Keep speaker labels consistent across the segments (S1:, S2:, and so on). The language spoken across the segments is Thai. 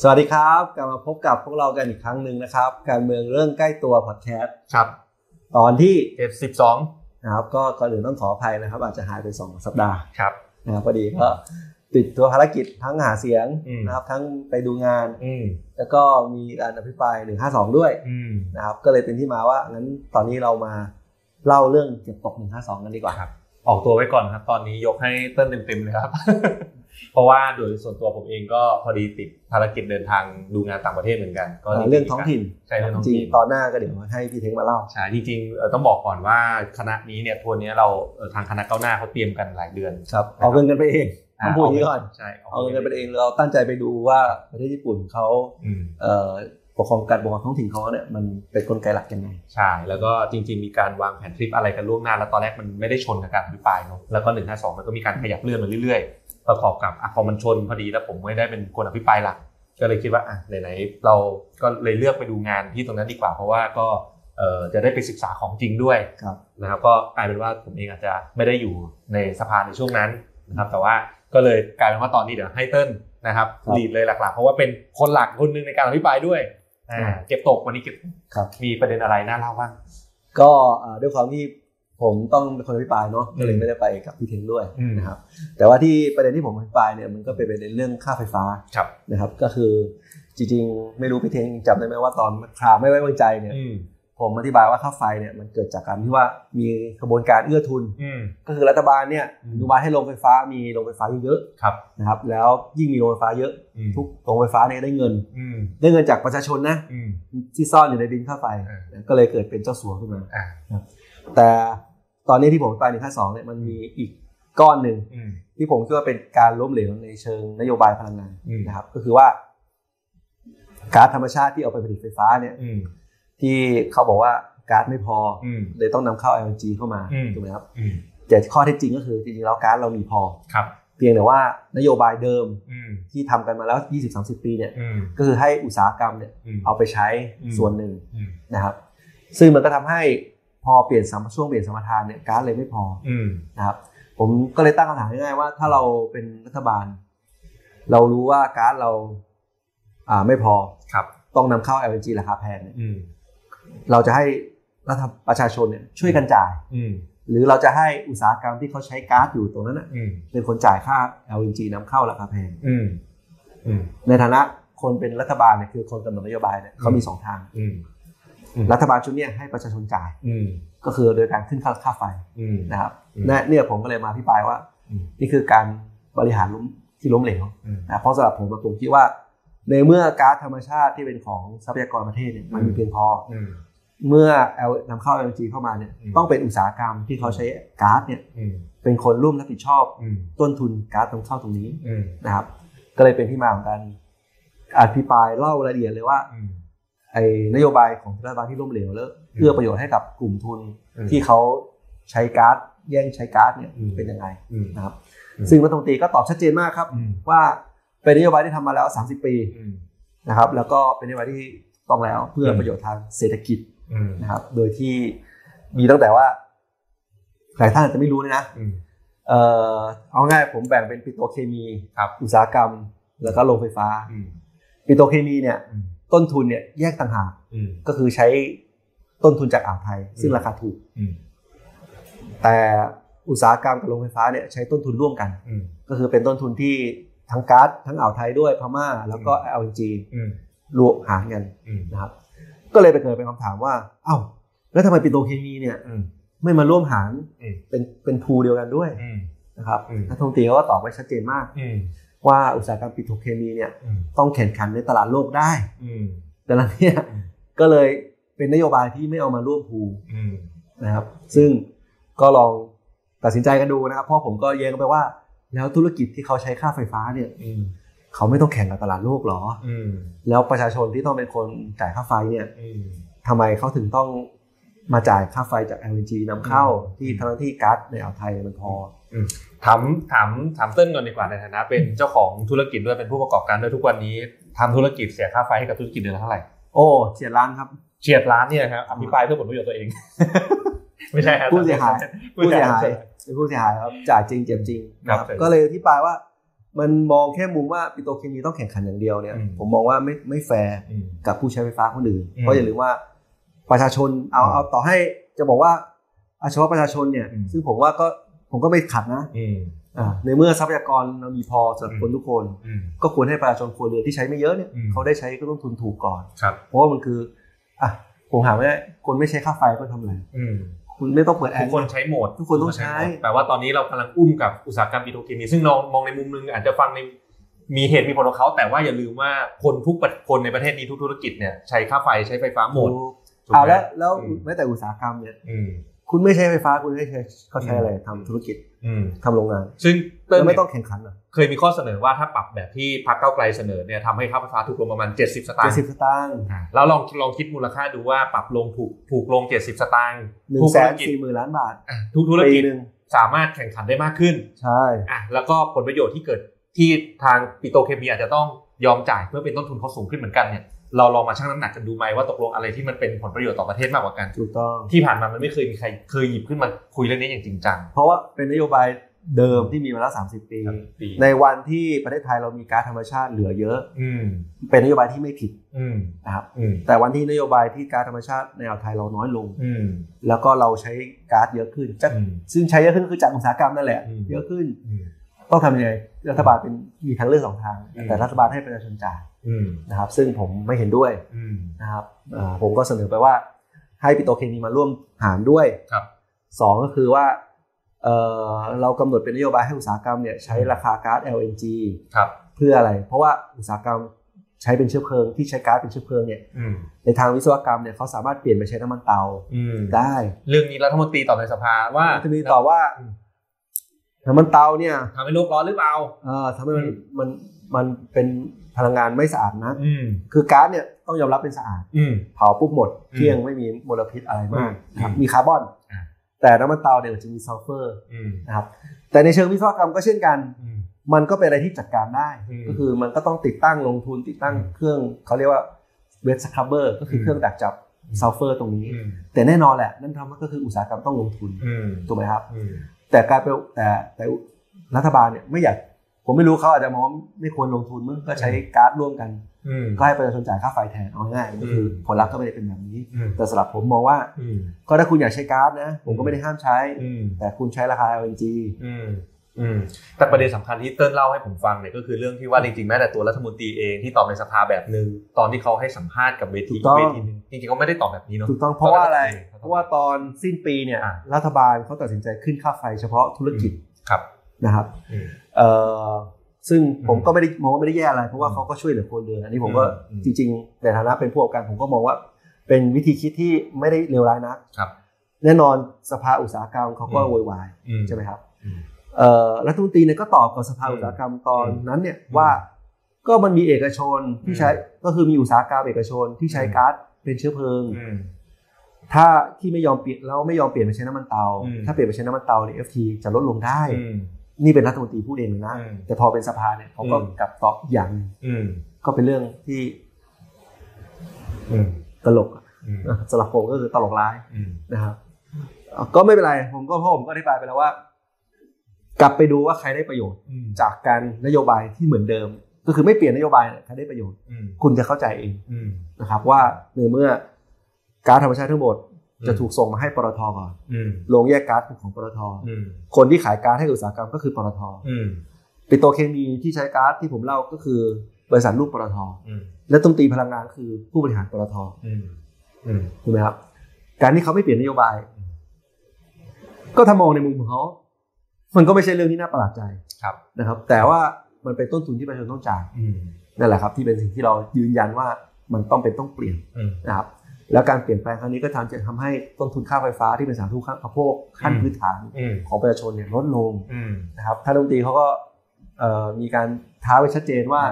S1: สวัสดีครับกลับมาพบกับพวกเรากันอีกครั้งหนึ่งนะครับ การเมืองเรื่องใกล้ตัวพอดแคสต์
S2: ครับ
S1: ตอนที่
S2: เอฟสิบสอง
S1: นะครับก็ก่อนอื่นต้องขออภัยนะครับ อาจจะหายไป 2 สัปดาห์
S2: ครับ
S1: นะครับพอดีก็ติดตัวภารกิจทั้งหาเสียง
S2: อืม
S1: นะครับทั้งไปดูงาน
S2: อืม
S1: แล้วก็มีการอภิปราย152 ด้วย
S2: อืม
S1: นะครับก็เลยเป็นที่มาว่างั้นตอนนี้เรามาเล่าเรื่องเก็บตก152กันดีกว่า
S2: ครับ ออกตัวไว้ก่อนครับ ตอนนี้ยกให้เติ้ลเต็มๆเลยครับ เพราะว่าโดยส่วนตัวผมเองก็พอดีติดภารกิจเดินทางดูงานต่างประเทศเหมือนกัน ก็จๆ
S1: เรื่องท้องถิ่น
S2: ใช่เรื่องท้อง
S1: จริง
S2: ถิ่น
S1: ๆตอนหน้าก็เดี๋ยวให้พี่เท้งมาเล่า
S2: ใช่จริงๆเอ่อต้องบอกก่อนว่าคณะนี้เนี่ยทัวร์เนี้ยเราเอ่อทางคณะก้าวหน้าเขาเตรียมกันหลายเดือน
S1: ครับเอาเงินกันไปเองต้องพูดอย่างนี้ก่อน
S2: ใช่
S1: เอาเงินกันไปเองเราตั้งใจไปดูว่าประเทศญี่ปุ่นเขา
S2: อืม
S1: เอ่อปกครองการปกครองท้องถิ่นเขาเนี่ยมันเป็นกลไกหลักยังไง
S2: ใช่ แล้วก็จริง ๆ มีการวางแผนทริปอะไรกันล่วงหน้า แล้วตอนแรกมันไม่ได้ชนกับการอภิปรายเนอะแล้วก็1นึมันก็มีการขยับเลื่อนมาเรื่อยๆ ประกอบกับอ่ะพอมันชนพอดีแล้วผมไม่ได้เป็นคนอภิปรายหลัก ก็เลยคิดว่าอ่ะไหนๆเราก็เลยเลือกไปดูงานที่ตรงนั้นดีกว่า เพราะว่าก็เอ่อจะได้ไปศึกษาของจริงด้วย
S1: ครับ
S2: นะครับก็กลายเป็นว่าผมเองอาจจะไม่ได้อยู่ในสภาในช่วงนั้นนะครับ แต่ว่าก็เลยกลายเป็นว่าตอนนี้เดี๋ยวให้เติ้ลนะครับ
S1: ครับ
S2: ลีดเลยหลักๆ เพราะว่าเป็นคนหลักคนหนึ่งในการอภิปรายด้วยอ่าเก็บตกวันนี้เก็บ
S1: ครับ
S2: มีประเด็นอะไรน่าเล่าบ้าง
S1: ก็เอ่อด้วยความที่ผมต้องเป็นคนอภิปรายเนาะก็เลยไม่ได้ไปกับพี่เทงด้วย
S2: อืม
S1: นะครับแต่ว่าที่ประเด็นที่ผมอภิปรายเนี่ยมันก็เป็นประเด็นเรื่องค่าไฟฟ้า
S2: ครับ
S1: นะครับก็คือจริงๆ ไม่รู้พี่เทงจำได้ไหมว่าตอนคราวไม่ไว้วางใจเนี่ย
S2: อืม
S1: ผมอธิบายว่าค่าไฟเนี่ยมันเกิดจากการที่ว่ามีกระบวนการเอื้อทุน
S2: อืม
S1: ก็คือรัฐบาลเนี่ย
S2: อืม
S1: อนุมัติให้โรงไฟฟ้ามีโรงไฟฟ้าเยอะ
S2: ครับ
S1: ๆนะครับแล้วยิ่งมีโรงไฟฟ้าเยอะ
S2: อืม
S1: ทุกโรงไฟฟ้าเนี่ยได้เงิน
S2: อืม
S1: ได้เงินจากประชาชนนะ
S2: อืม
S1: ที่ซ่อนอยู่ในดินค่าไฟ
S2: อ่า
S1: นะก็เลยเกิดเป็นเจ้าสัวขึ้นมา
S2: อ่า
S1: แต่ตอนนี้ที่ผมไปหนึ่งห้าสองเนี่ยมันมีอีกก้อนหนึ่ง
S2: อืม
S1: ที่ผมคิดว่าเป็นการล้มเหลวในเชิงนโยบายพลังงาน
S2: อืม
S1: นะครับ ก็คือว่าก๊าซธรรมชาติที่เอาไปผลิตไฟฟ้าเนี่ย
S2: อืม
S1: ที่เขาบอกว่าก๊าซไม่พออ
S2: อืม
S1: เลยต้องนำเข้า LNG เข้ามา
S2: อืม
S1: ถูกไหมครับ
S2: อืม
S1: แต่ข้อเท็จจริงก็คือจริงๆแล้วก๊าซเรามีพอ
S2: ครับ
S1: เพียงแต่ว่านโยบายเดิม
S2: อืม
S1: ที่ทำกันมาแล้ว 20-30 ปีเนี่ย
S2: อืม
S1: ก็คือให้อุตสาหกรรมเนี่ย
S2: อืม
S1: เอาไปใช้
S2: อืม
S1: ส่วนหนึ่ง
S2: อืม
S1: นะครับ ซึ่งมันก็ทำให้พอเปลี่ยนสมช่วงเปลี่ยนสมรทานเนี่ยก๊าซเลยไม่พอ
S2: อืม
S1: นะครับ ผมก็เลยตั้งคำถามง่ายๆว่า ถ้าเราเป็นรัฐบาล เรารู้ว่าก๊าซเราอ่าไม่พอ
S2: ครับ
S1: ต้องนำเข้า LNG ราคาแพงเนี่ย
S2: อืม
S1: เราจะให้รัฐประชาชนเนี่ยช่วยกันจ่าย
S2: อืม
S1: หรือเราจะให้อุตสาหกรรมที่เขาใช้ก๊าซอยู่ตรงนั้นนะ
S2: อืม
S1: เป็นคนจ่ายค่า LNG นำเข้าราคาแพง
S2: อืมอืม
S1: ในฐานะคนเป็นรัฐบาลเนี่ยคือคนกำหนดนโยบายเนี่ยเขามีสองทาง
S2: อืม
S1: รัฐบาลชุดเนี้ให้ประชาชนจ่าย
S2: อืม
S1: ก็คือโดยการขึ้นค่าค่าไฟ
S2: อืม
S1: นะครับ
S2: อืม
S1: และเนี่ยผมก็เลยมาอภิปรายว่า
S2: อืม
S1: นี่คือการบริหารล้มที่ล้มเหลว
S2: อืม
S1: นะเพราะสำหรับผมผมคิดว่า ในเมื่อก๊าซธรรมชาติที่เป็นของทรัพยากรประเทศเนี่ยมันมี
S2: อืม
S1: เพียงพอ
S2: อืม
S1: เมื่อ L นำเข้า LNG เข้ามาเนี่ย
S2: อืม
S1: ต้องเป็นอุตสาหกรรมที่เขาใช้ก๊าซเนี่ย
S2: อืม
S1: เป็นคนร่วมรับผิดชอบ
S2: อืม
S1: ต้นทุนก๊าซนำเข้าตรงนี้
S2: อืม
S1: นะครับ ก็เลยเป็นที่มาของการอภิปรายเล่ารายละเอียดเลยว่า
S2: อืม
S1: ไอ้นโยบายของรัฐบาลที่ล้มเหลวแล้ว
S2: อืม
S1: เอื้อประโยชน์ให้กับกลุ่มทุน
S2: อืม
S1: ที่เขาใช้การ์ดแย่งใช้การ์ดเนี่ย
S2: อืม
S1: เป็นยังไง
S2: อืม
S1: นะครับ
S2: อืม
S1: ซึ่งรัฐมนตรีก็ตอบชัดเจนมากครับ
S2: อืม
S1: ว่าเป็นนโยบายที่ทำมาแล้ว 30 ปี
S2: อืม
S1: นะครับ แล้วก็เป็นนโยบายที่ถูกต้องแล้วเพื่ออ
S2: ม
S1: ประโยชน์ทางเศรษฐกิจ
S2: อืม
S1: นะครับ โดยที่มีตั้งแต่ว่าหลายท่านอาจจะไม่รู้เลยนะ
S2: อืม
S1: เอ่อเอาง่ายผมแบ่งเป็นปิโตรเคมี
S2: ครับ
S1: อุตสาหกรรม แล้วก็โรงไฟฟ้า
S2: อืม
S1: ปิโตรเคมีเนี่ย
S2: อืม
S1: ต้นทุนเนี่ยแยกต่างหาก
S2: อืม
S1: ก็คือใช้ต้นทุนจากอ่าวไทย ซึ่ง
S2: อืม
S1: ราคาถูก
S2: อืม
S1: แต่อุตสาหกรรมกับโรงไฟฟ้าเนี่ยใช้ต้นทุนร่วมกัน
S2: อืม
S1: ก็คือเป็นต้นทุนที่ทั้งก๊าซทั้งอ่าวไทยด้วยพม่าแล้วก็ LNG
S2: อืม
S1: รวมหารกัน
S2: อืม
S1: นะครับ ก็เลยไปเกิดเป็นคำถามว่า เอ้า แล้วทำไมปิโตรเคมีเนี่ย
S2: อืม
S1: ไม่มาร่วมหาร
S2: อืม
S1: เป็นเป็นพูลเดียวกันด้วย
S2: อืม
S1: นะครับ
S2: อืม
S1: รัฐมนตรีเขาก็ตอบไว้ชัดเจนมาก
S2: อืม
S1: ว่าอุตสาหกรรมปิโตรเคมีเนี่ย
S2: อืม
S1: ต้องแข่งขันในตลาดโลกได้
S2: อืม
S1: แต่ละเนี่ย
S2: อืม
S1: ก็เลยเป็นนโยบายที่ไม่เอามาร่วมพูล
S2: อืม
S1: นะครับซึ่งก็ลองตัดสินใจกันดูนะครับ เพราะผมก็แย้งไปว่า แล้วธุรกิจที่เขาใช้ค่าไฟฟ้าเนี่ย
S2: อืม
S1: เขาไม่ต้องแข่งกับตลาดโลกหรอ
S2: อืม
S1: แล้วประชาชนที่ต้องเป็นคนจ่ายค่าไฟเนี่ย
S2: อืม
S1: ทำไมเขาถึงต้องมาจ่ายค่าไฟจาก LNG นำเข้า
S2: อืม
S1: ที่ทั้งที่ก๊าซในอ่าวไทยมันพอ
S2: ถามถามถามเติ้ลก่อนดีกว่าในฐานะ เป็นเจ้าของธุรกิจด้วยเป็นผู้ประกอบการด้วยทุกวันนี้ทำธุรกิจเสียค่าไฟให้กับธุรกิจเดือนละเท่าไหร่
S1: โอ้เฉียดล้านครับ
S2: เฉียดล้านเนี่ยนะครับอภิปรายเพื่อผลประโยชน์ตัวเอง ไม่ใช่ครับ
S1: ผู้เสียหาย
S2: ผู้
S1: ผู้
S2: เสี
S1: เสีย
S2: ย
S1: หา
S2: หายย
S1: เป็นผู้เสียหายครับจ่ายจริงเจ็บจริงนะครับ
S2: ครับ
S1: ก็เลยที่ปลายว่า มันมองแค่มุมว่าปิโตรเคมีต้องแข่งขันอย่างเดียวเนี่ย
S2: อืม
S1: ผมมองว่าไม่ไม่แฟร์
S2: อืม
S1: กับผู้ใช้ไฟฟ้าคนอื่น
S2: อืม
S1: เพราะอย่าลืมว่าประชาชนเอา
S2: อืม
S1: เอาต่อให้จะบอกว่าเอาเฉพาะประชาชนเนี่ย
S2: อืม
S1: ซึ่งผมว่าก็ผมก็ไม่ขัดนะ
S2: อืม
S1: อ่าในเมื่อทรัพยากรเรามีพอสำหรับ
S2: อืม
S1: คนทุกคน
S2: อืม
S1: ก็ควรให้ประชาชนครัวเรือนที่ใช้ไม่เยอะเนี่ย
S2: อืม
S1: เขาได้ใช้ก็ต้องทุนถูกก่อน
S2: ครับ
S1: เพราะว่ามันคืออ่ะผมหาไม่ได้คนไม่ใช้ค่าไฟก็ทำอะไร
S2: อืม
S1: คุณไม่ต้องเปิดแอ
S2: ทุ
S1: ร์
S2: กคนใช้โหมด
S1: ทุกคนต้องใช้
S2: หมดแปลว่าตอนนี้เรากำลังอุ้มกับอุตสาหกรรมปิโตรเคมีซึ่งน้องมองในมุมนึงอาจจะฟังในมีเหตุมีผลของเขา แต่ว่าอย่าลืมว่าคนทุกประคนในประเทศนี้ทุกธุรกิจเนี่ยใช้ค่าไฟใช้ไฟฟ้าหมดถูกไหม
S1: เอาแล้วแล้ว
S2: อืม
S1: แม้แต่อุตสาหกรรมเนี่ย
S2: อืม
S1: คุณไม่ใช้ไฟฟ้าคุณให้ใช้เขาใช้อะไร
S2: อืม
S1: ทำธุรกิจ
S2: อืม
S1: ทำโรงงาน
S2: ซึ่งเติ้ล
S1: แล้ว
S2: เนี่ย
S1: ไม่ต้องแข่งขันเหรอ
S2: เคยมีข้อเสนอว่าถ้าปรับแบบที่พรรคเก้าวไกลเสนอเนี่ยทำให้ค่าไฟฟ้าถูกลงประมาณ 70 สตา
S1: เจ็ด
S2: งค์
S1: สิบสตางค์
S2: อ่าแล้วลองลองคิดมูลค่าดูว่าปรับลงถูกถูกลง 70 สตางค์
S1: หนึ่
S2: ทุ
S1: ง
S2: ก
S1: แส
S2: ธุร
S1: น
S2: กิจ
S1: สี่หมื่นล้านบาท
S2: อ่ะทุกธุรกิจ
S1: ปีหนึ่ง
S2: สามารถแข่งขันได้มากขึ้น
S1: ใช่
S2: อ่ะแล้วก็ผลประโยชน์ที่เกิดที่ทางปิโตรเคมีอาจจะต้องยอมจ่ายเพื่อเป็นต้นทุนเขาสูงขึ้นเหมือนกันเนี่ยเราลองมาชั่งน้ำหนักกันดูไหมว่าตกลงอะไรที่มันเป็นผลประโยชน์ต่อประเทศมากกว่ากัน
S1: ถูกต้อง
S2: ที่ผ่านมามันไม่เคยมีใครเคยหยิบขึ้นมาคุยเรื่องนี้อย่างจริงจัง
S1: เพราะว่าเป็นนโยบายเดิมที่มีมาแล้ว 30 ปี ในวันที่ประเทศไทยเรามีก๊าซธรรมชาติเหลือเยอะ
S2: อืม
S1: เป็นนโยบายที่ไม่ผิด
S2: อืม
S1: นะครับ
S2: อืม
S1: แต่วันที่นโยบายที่ก๊าซธรรมชาติในอ่าวไทยเราน้อยลง
S2: อืม
S1: แล้วก็เราใช้ก๊าซเยอะขึ้นจะ
S2: อืม
S1: ซึ่งใช้เยอะขึ้นก็คือจากอุตสาหกรรมนั่นแหละ
S2: อืม
S1: เยอะขึ้น
S2: อืม
S1: ต้องทำยังไงรัฐบาลเป็นมีทางเลือกสองทาง
S2: อืม
S1: แต่รัฐบาลให้ประชาชนจ่าย
S2: อืม
S1: นะครับ ซึ่งผมไม่เห็นด้วย
S2: อืม
S1: นะครับอ่าผมก็เสนอไปว่าให้ปิโตรเคมีมาร่วมหารด้วย
S2: ครับ
S1: สองก็คือว่าเอ่อเรากำหนดเป็นนโยบายให้อุตสาหกรรมเนี่ยใช้ราคาก๊าซ LNG
S2: ครับ
S1: เพื่ออะไร เพราะว่าอุตสาหกรรมใช้เป็นเชื้อเพลิงที่ใช้ก๊าซเป็นเชื้อเพลิงเนี่ย
S2: อืม
S1: ในทางวิศวกรรมเนี่ยเขาสามารถเปลี่ยนไปใช้น้ำมันเตา
S2: อืม
S1: ได้
S2: เรื่องนี้รัฐมนตรีตอบในสภาว่า
S1: จะมีต่อว่าน้ำมันเตาเนี่ย
S2: ทำให้โลกร้อนหรือเปล่า
S1: เอ่อทำให้มัน
S2: อืม
S1: มันมันเป็นพลังงานไม่สะอาดนะ
S2: อืม
S1: คือก๊าซเนี่ยต้องยอมรับเป็นสะอาด
S2: อืม
S1: เผาปุ๊บหมด
S2: อืม
S1: เกลี้ยงไม่มีมลพิษอะไรมาก
S2: อืม
S1: นะครับมีคาร์บอน
S2: อ่า
S1: แต่น้ำมันเตาเนี่ยจะมีซัลเฟอร์
S2: อืม
S1: นะครับแต่ในเชิงวิศวกรรมก็เช่นกัน
S2: อืม
S1: มันก็เป็นอะไรที่จัดการได้
S2: อืม
S1: ก็คือมันก็ต้องติดตั้งลงทุนติดตั้งเครื่องเขาเรียกว่าเวสครับเบอร์ก็คือเครื่องดักจับ
S2: อืม
S1: ซัลเฟอร์ตรงนี้
S2: อืม
S1: แต่แน่นอนแหละนั่นทำก็คืออุตสาหกรรมต้องลงทุน
S2: อืม
S1: ถูกไหมครับ
S2: อืม
S1: แต่กลายเป็นแต่แต่รัฐบาลเนี่ยไม่อยากผมไม่รู้เขาอาจจะมองว่าไม่ควรลงทุนมึงก็ใช้การ์ดร่วมกัน
S2: อืม
S1: ก็ให้ประชาชนจ่ายค่าไฟแทนเอาง่ายๆก็คืออ
S2: ม
S1: ผลลัพธ์ก็ไม่ได้เป็นแบบนี้
S2: อืม
S1: แต่สำหรับผมมองว่า
S2: อืม
S1: ก็ถ้าคุณอยากใช้การ์ดนะผมก็ไม่ได้ห้ามใช้
S2: อืม
S1: แต่คุณใช้ราคา LNG
S2: อืมอืมแต่ประเด็นสำคัญที่เติ้ลเล่าให้ผมฟังเนี่ยก็คือเรื่องที่ว่าจริงๆแม้แต่ตัวรัฐมนตรีเองที่ตอบในสภาแบบหนึ่งตอนที่เขาให้สัมภาษณ์กับเวที
S1: ถูกต้อง
S2: เวทีหนึงจริงๆเขาไม่ได้ตอบแบบนี้เนาะ
S1: ถูกต้องเพราะว่าอะไร
S2: ครับ
S1: เพราะว่าตอนสิ้นปีเนี่ย
S2: อ่ะ
S1: รัฐบาลเขาตัดสินใจขึ้นค่าไฟเฉพาะธุรกิจ
S2: ครับ
S1: นะครับ
S2: อืม
S1: เอ่อซึ่งผม
S2: อืม
S1: ก็ไม่ได้มองว่าไม่ได้แย่อะไร เพราะว่าเขาก็ช่วยเหลือคนเดือนอันนี้ผมก็
S2: อืม
S1: จริงๆในฐานะเป็นผู้ประกอบการผมก็มองว่า เป็นวิธีคิดที่ไม่ได้เลวร้ายนัก
S2: ครับ
S1: แน่นอนสภาอุตสาหกรรมเขาก็
S2: อืม
S1: โวยวาย
S2: อืม
S1: ใช่ไหมครับ
S2: อืม
S1: เอ่อรัฐมนตรีเนี่ยก็ตอบกับสภาอุตสาหกรรมตอนนั้นเนี่ยว่าก็มันมีเอกชนที่ใช้ก็คือมีอุตสาหกรรมเอกชนที่ใช้
S2: อืม
S1: ก๊าซเป็นเชื้อเพลิง
S2: อืม
S1: ถ้าที่ไม่ยอมเปลี่ยนแล้วไม่ยอมเปลี่ยนไปใช้น้ำมันเตา
S2: อืม
S1: ถ้าเปลี่ยนไปใช้น้ำมันเตาเนี่ย FT จะลดลงได้
S2: อืม
S1: นี่เป็นรัฐมนตรีพูดเองเลยนะ
S2: อืม
S1: แต่พอเป็นสภาเนี่ยเขาก็
S2: อืม
S1: กลับตอบอีกอย่างหนึ่ง
S2: อืม
S1: ก็เป็นเรื่องที่
S2: อืม
S1: ตลกอะ
S2: อืม
S1: สำหรับผมก็คือตลกร้าย
S2: อืม
S1: นะครับเอ่อก็ไม่เป็นไร ผมก็พ่อผมก็อธิบายไปแล้วว่า กลับไปดูว่าใครได้ประโยชน์
S2: อืม
S1: จากการนโยบายที่เหมือนเดิม ก็คือไม่เปลี่ยนนโยบายเนี่ยใครได้ประโยชน์
S2: อืม
S1: คุณจะเข้าใจเอง
S2: อืม
S1: นะครับว่าในเมื่อก๊าซธรรมชาติทั้งหมดจะถูกส่งมาให้ปตทก่อน
S2: อืม
S1: โรงแยกก๊าซเป็นของปตท
S2: อืม
S1: คนที่ขายก๊าซให้อุตสาหกรรมก็คือปตท
S2: อืม
S1: ปิโตรเคมีที่ใช้ก๊าซที่ผมเล่าก็คือบริษัทลูกปตท
S2: อืม
S1: และต้นตีพลังงานคือผู้บริหารปตท
S2: อืมอืม
S1: ถูกไหมครับ การที่เขาไม่เปลี่ยนนโยบาย
S2: อืม
S1: ก็ถ้ามองในมุมของเขา มันก็ไม่ใช่เรื่องที่น่าประหลาดใจ
S2: ครับ
S1: นะครับ แต่ว่ามันเป็นต้นทุนที่ประชาชนต้องจ่าย
S2: อืม
S1: นั่นแหละครับ ที่เป็นสิ่งที่เรายืนยันว่ามันต้องเป็นต้องเปลี่ยน
S2: อืม
S1: นะครับ แล้วการเปลี่ยนแปลงครั้งนี้ก็ทำจะทำให้ต้นทุนค่าไฟฟ้าที่เป็นสาธารณูปโภคขั้น
S2: อืม
S1: พื้นฐาน
S2: อืม
S1: ของประชาชนเนี่ยลดลง
S2: อืม
S1: นะครับท่านรัฐมนตรีเขาก็เอ่อมีการท้าไว้ชัดเจนว่า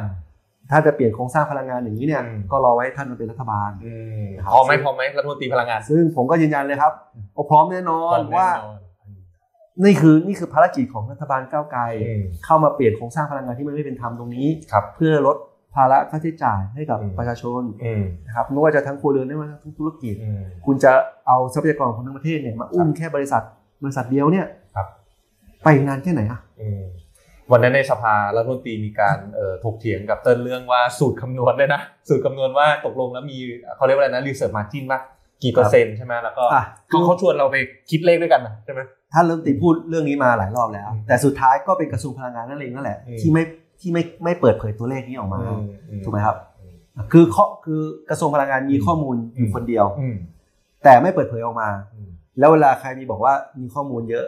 S1: ถ้าจะเปลี่ยนโครงสร้างพลังงานอย่างนี้เนี่ย
S2: อืม
S1: ก็รอไว้ท่านมาเป็นรัฐบาล
S2: อืม
S1: ครับ
S2: พอไหมพอไหมรัฐมนตรีพลังงาน
S1: ซึ่งผมก็ยืนยันเลยครับเอาพร้อมแน่นอ
S2: พ
S1: น
S2: ร้อมแน่นอน
S1: ว่านี่คือนี่คือภารกิจของรัฐบาลก้าวไกล
S2: อืม
S1: เข้ามาเปลี่ยนโครงสร้างพลังงานที่มันไม่เป็นธรรมตรงนี้
S2: ครับ
S1: เพื่อลดภาระค่าใช้จ่ายให้กับ
S2: อืม
S1: ประชาชน
S2: อืม
S1: นะครับไม่ว่าจะทั้งครัวเรือนไม่ว่าทั้งธุรกิจ
S2: อืม
S1: คุณจะเอาทรัพยากรของทั้งประเทศเนี่ยมาอุ้มแค่บริษัทบริษัทเดียวเนี่ย
S2: ครับ
S1: ไปนานแค่ไหนอะ
S2: อืม วันนั้นในสภารัฐมนตรีมีการเอ่อถกเถียงกับเติ้ลเรื่องว่าสูตรคำนวณด้วยนะ สูตรคำนวณว่าตกลงแล้วมีเขาเรียกว่าอะไรนะรีเซิร์ฟมาจิ้นป่ะกี่เปอร์เซ็นต์ใช่ไหมแล้วก็
S1: อ่ะ
S2: เขาเขาชวนเราไปคิดเลขด้วยกันนะใช่ไหม
S1: ท่านเริ่มตีพูดเรื่องนี้มาหลายรอบแล้ว
S2: อืม
S1: แต่สุดท้ายก็เป็นกระทรวงพลังงานนั่นเองนั่นแหละ
S2: อืม
S1: ที่ไม่ที่ไม่ไม่เปิดเผยตัวเลขนี้ออกมา
S2: อืมอื
S1: ถูกไหมครับ คือข้อคือกระทรวงพลังงานมีข้อมูลอยู่
S2: อืม
S1: คนเดียว
S2: อืม
S1: แต่ไม่เปิดเผยออกมา
S2: อืม
S1: แล้วเวลาใครมีบอกว่ามีข้อมูลเยอะ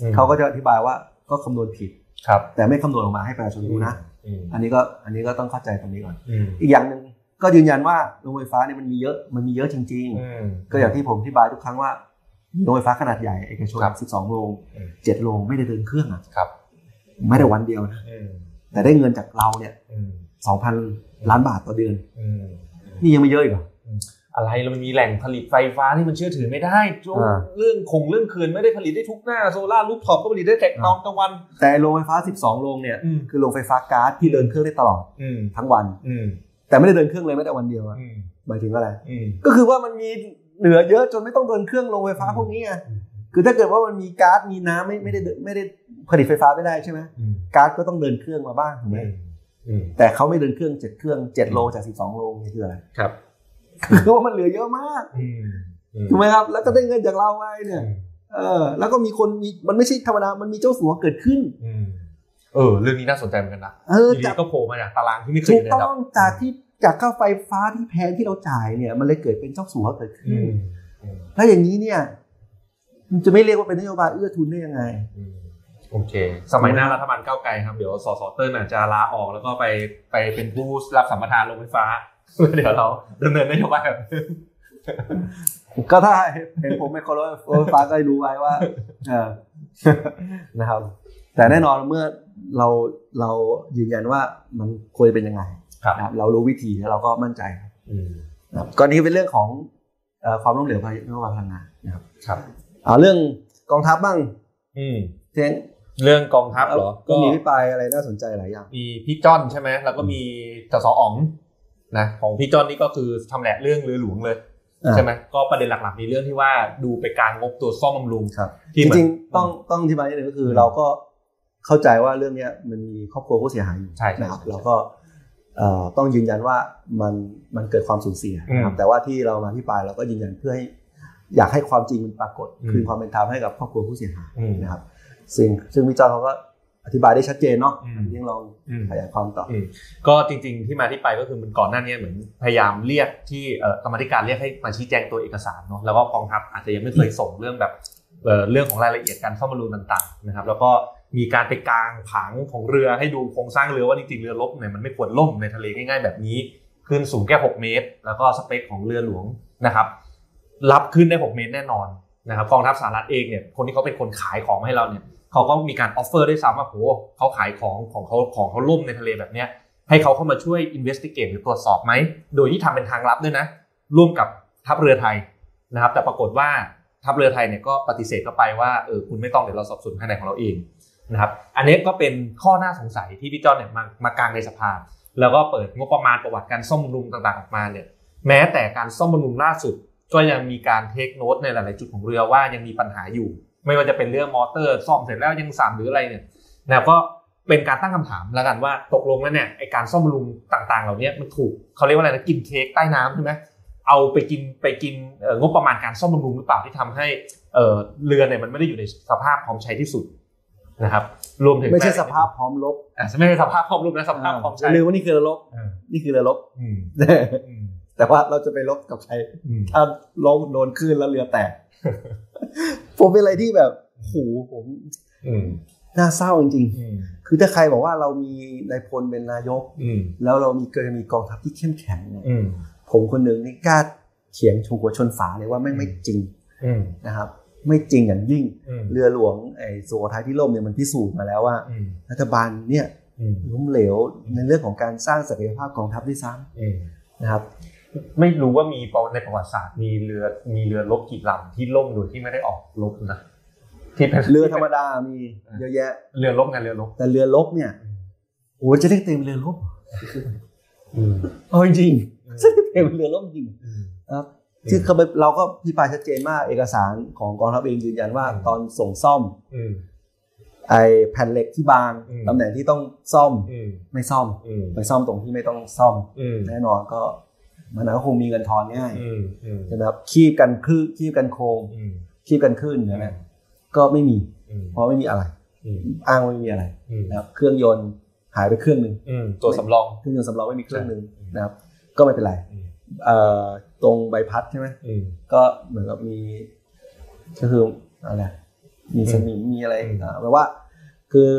S2: อืม
S1: เขาก็จะอธิบายว่าก็คำนวณผิด
S2: ครับ
S1: แต่ไม่คำนวณออกมาให้ประชาชนรู้นะ
S2: อืม
S1: อันนี้ก็อันนี้ก็ต้องเข้าใจตรงนี้ก่อน
S2: อืม
S1: อีกอย่างหนึ่งก็ยืนยันว่าโรงไฟฟ้าเนี่ยมันมีเยอะมันมีเยอะจริง
S2: อืม
S1: ๆ ก็อย่างที่ผมอธิบายทุกครั้งว่ามีโรงไฟฟ้าขนาดใหญ่เอกชน
S2: ครับ
S1: 12โรง
S2: อืม
S1: 7โรงไม่ได้เดินเครื่องอะ
S2: ครับ
S1: ไม่ได้วันเดียวนะ
S2: อืม
S1: แต่ได้เงินจากเราเนี่ย
S2: อืม
S1: 2,000 ล้านบาทต่อเดือน
S2: อืม
S1: นี่ยังไม่เยอะอีกเหรอ
S2: อะไรเรามันมีแหล่งผลิตไฟฟ้าที่มันเชื่อถือไม่ได้โจ้
S1: อ่า
S2: เรื่องคงเรื่องคืนไม่ได้ผลิตได้ทุกหน้าโซล่ารูปท็อปก็ผลิตได้แต่ตอนกลางวัน
S1: แต่โรงไฟฟ้า 12โรงเนี่ย
S2: อืม
S1: คือโรงไฟฟ้าก๊าซที่เดินเครื่องได้ตลอด
S2: อืม
S1: ทั้งวัน
S2: อืม
S1: แต่ไม่ได้เดินเครื่องเลยแม้แต่วันเดียวอะ
S2: อืม
S1: หมายถึงว่าอะไร
S2: อืม
S1: ก็คือว่ามันมีเหลือเยอะจนไม่ต้องเดินเครื่องลงไฟฟ้าพวกนี้ไงคือถ้าเกิดว่ามันมีก๊าซมีน้ำไม่ไม่ได้ไม่ได้ผลิตไฟฟ้าไม่ได้ใช่ไหม
S2: อืม
S1: ก๊าซก็ต้องเดินเครื่องมาบ้างถูกไหม
S2: อืม
S1: แต่เขาไม่เดินเครื่องเจ็ดเครื่องเจ็ดโลจากสิบสองโลนี่คืออะไร
S2: ครับ
S1: คือว่ามันเหลือเยอะมาก
S2: อืมอืม
S1: ถูกไหมครับ แล้วก็ได้เงินจากเราไปเนี่ยเออแล้วก็มีคนมีมันไม่ใช่ธรรมดามันมีเจ้าสัวเกิดขึ้น
S2: อืมเออ เรื่องนี้น่าสนใจเหมือนกันนะ
S1: เออ
S2: ที
S1: จา
S2: นี้
S1: ก
S2: ก็โผล่มาจากตารางที่ไม่เคย
S1: ถู
S2: อก ยู่ใน
S1: ต้
S2: ระดับ
S1: องจากที่จากค่าไฟฟ้าที่แพงที่เราจ่ายเนี่ยมันเลยเกิดเป็นเจ้าสัวเกิด
S2: อื
S1: ขึ้น
S2: มอืม
S1: แล้วอย่างนี้เนี่ยมันจะไม่เรียกว่าเป็นนโยบายเอื้อทุนได้ยังไง
S2: อืมโอเค สมัยหน้ารัฐบาลก้าวไกลครับ เดี๋ยวสสเติ้ลอาจจะลาออกแล้วก็ไปไปเป็นผู้รับสัมปทานโรงไฟฟ้า เดี๋ยวเราดำเนินนโยบายแบบนี้
S1: ก็ถ้าเห็นผมไม่เคารพรถไฟฟ้าก็ให้รู้ไว้ว่า เออนะครับ แต่แน่นอนเมื่อเราเรายืนยันว่ามันควรเป็นยังไง
S2: ครับ
S1: นะเรารู้วิธีแล้วเราก็มั่นใจ
S2: อืม
S1: นะครับก็นี่เป็นเรื่องของเอ่อความล้มเหลวภายในระหว่างพลังงานนะครับ
S2: ครับ
S1: เอาเรื่องกองทัพบ้าง
S2: อืม
S1: เท่ง
S2: เรื่องกองทัพเหรอ
S1: ก็
S2: ก็
S1: มีพี่ปลายอะไรน่าสนใจหลายอย่าง
S2: มีพี่จ้อนใช่ไหม แล้วก็มีจสออ๋องนะ ของพี่จ้อนนี่ก็คือทำแหละเรื่องเรือหลวงเลย
S1: อ่า
S2: ใช่ไหม ก็ประเด็นหลักๆมีเรื่องที่ว่าดูไปกลางงบตัวซ่อมบำรุง
S1: ครับจ
S2: ที่เหมือน
S1: ริงๆต้องต้องอธิบายนิดนึงก็คืออ
S2: ม
S1: เราก็เข้าใจว่าเรื่องเนี้ยมันมีครอบครัวผู้เสียหายอยู่
S2: ใช่ใช่
S1: นะครับ
S2: ใช่
S1: เราก็เอ่อต้องยืนยันว่ามันมันเกิดความสูญเสียนะครับ
S2: อืม
S1: แต่ว่าที่เรามาที่ปลายเราก็ยืนยันเพื่อให้อยากให้ความจริงมันปรากฏ
S2: อืม
S1: คืนความเป็นธรรมให้กับครอบครัวผู้เสียหาย
S2: อืม
S1: นะครับซึ่งซึ่งพี่จอนเขาก็อธิบายได้ชัดเจนเนาะ
S2: อืม
S1: ยังลอง
S2: อืม
S1: ขยายความต่ออ
S2: ก็จริงๆที่มาที่ไปก็คือมันก่อนหน้าเนี้เหมือนพยายามเรียกที่เอ่อกรรมาธิการเรียกให้มาชี้แจงตัวเอกสารเนาะแล้วก็กองทัพอาจจะยังไม่เคยส่งเรื่องแบบเอ่อเรื่องของรายละเอียดการเข้ามารูนต่างๆนะครับแล้วก็มีการไปกางผังของเรือให้ดูโครงสร้างเรือว่าจริงๆเรือรบเนี่ยมันไม่ควรล่มในทะเลง่ายๆแบบนี้ขึ้นสูงแค่ 6 เมตร แล้วก็สเปคของเรือหลวงนะครับ รับขึ้นได้ 6 เมตรแน่นอนนะครับกองทัพสหรัฐเองเนี่ยคนที่เขาเป็นคนขายของให้เราเนี่ยเขาก็มีการออฟเฟอร์ด้วยซ้ำว่าโหเขาขายของของเขาของเขาล่มในทะเลแบบเนี้ย ให้เขาเข้ามาช่วย investigate หรือตรวจสอบไหม โดยที่ทำเป็นทางลับด้วยนะ ร่วมกับทัพเรือไทยนะครับ แต่ปรากฏว่าทัพเรือไทยเนี่ยก็ปฏิเสธเข้าไปว่าเออคุณไม่ต้องเดี๋ยวเราสอบสวนภายในของเราเองนะครับ อันนี้ก็เป็นข้อน่าสงสัยที่พี่จอนเนี่ยมามากลางในสภา แล้วก็เปิดงบประมาณประวัติการซ่อมบำรุงต่างๆออกมาเนี่ย แม้แต่การซ่อมบำรุงล่าสุด ก็ยังมีการเทคโนตในหลาย ๆ จุดของเรือว่ายังมีปัญหาอยู่ ไม่ว่าจะเป็นเรื่องมอเตอร์ซ่อมเสร็จแล้วยังสั่นหรืออะไรเนี่ย นะครับก็เป็นการตั้งคำถามแล้วกันว่าตกลงแล้วเนี่ยไอการซ่อมบำรุงต่างๆ เหล่าเนี้ยมันถูกเขาเรียกว่าอะไรนะกินเค้กใต้น้ำใช่ไหมเอาไปกินไปกินเอ่องบประมาณการซ่อมบำรุงหรือเปล่าที่ทำให้เอ่อเรือเนี่ยมันไม่ได้อยู่ในสภาพพร้อมใช้ที่สุดนะครับรวมถึง
S1: ไม่ใช่สภาพพร้อมลบ
S2: อ่ะไม่ใช่สภาพพร้อมรูปนะสภาพพร้อมใช้
S1: ลืมว่านี่คือเรือลบ
S2: เออ
S1: นี่คือเรือลบ
S2: อืมอืม
S1: แต่ว่าเราจะไปลบกับใคร
S2: อืม
S1: ถ้าลงโดนคลื่นแล้วเรือแตก ผมเป็นอะไรที่แบบโหูผม
S2: อืม
S1: น่าเศร้าจริง
S2: อืม
S1: ๆ คือถ้าใครบอกว่าเรามีนายพลเป็นนายก
S2: อืม
S1: แล้วเรามีเกิดมีกองทัพที่เข้มแข็งเนี่ย
S2: อืม
S1: ผมคนหนึ่งนี่กล้าเถียงถูกหัวชนฝาเลยว่าไม่งไม่จริง
S2: อืม
S1: นะครับ ไม่จริงอย่างยิ่ง
S2: อืม
S1: เรือหลวงไอ้สุโขทัยที่ล่มเนี่ยมันพิสูจน์มาแล้วว่า
S2: อืม
S1: รัฐบาลเนี่ย
S2: อืม
S1: ล้มเหลวในเรื่องของการสร้างศักยภาพกองทัพด้วยซ้
S2: อืม
S1: ำนะครับ
S2: ไม่รู้ว่ามีประวัติในประวัติศาสตร์มีเรือมีเรือรบกี่ลำที่ล่มโดยที่ไม่ได้ออกรบนะที่เป็น
S1: เรือธรรมดามีเยอะแยะ
S2: เรือรบไงเรือรบ
S1: แต่เรือลบเนี่ยโอ้โหจะเรียกเต็มเรือลบ
S2: อืม
S1: เอาจริงๆ ซึ่งเป็นเรือล่มจริง
S2: อืม
S1: นะครับ
S2: อืม
S1: ซึ่งเขาไปเราก็พิพายชัดเจนมากเอกสารของกองทัพเองยืนยันว่า
S2: อืม
S1: ตอนส่งซ่อม
S2: อืม
S1: ไอแผ่นเหล็กที่บาง
S2: อืม
S1: ตำแหน่งที่ต้องซ่อม
S2: อืม
S1: ไม่ซ่อม
S2: อืม
S1: ไปซ่อมตรงที่ไม่ต้องซ่อม
S2: อืม
S1: แน่นอนก็มันก็คงมีเงินทอนง่าย
S2: อืมอืม
S1: ใช่ไหมครับคีบกันคืบคีบกันโครง
S2: อืม
S1: คีบกันขึ้นอย่างนั้นก็ไม่มี
S2: อืม
S1: เพราะไม่มีอะไร
S2: อืม
S1: อ้างว่าไม่มีอะไร
S2: อืม
S1: นะครับเครื่องยนต์หายไปเครื่องหนึ่ง
S2: อืมตัวสำรอง
S1: เครื่องยนต์สำรองไม่มีเครื่องหนึ่ง
S2: ใช่อืม
S1: นะครับ ก็ไม่เป็นไร
S2: อืม
S1: เอ่อตรงใบพัดใช่ไหม
S2: อืม
S1: ก็เหมือนกับมี ก็คืออะไรมีสนิมมีอะไร
S2: อืม
S1: อ่าแปลว่า คือ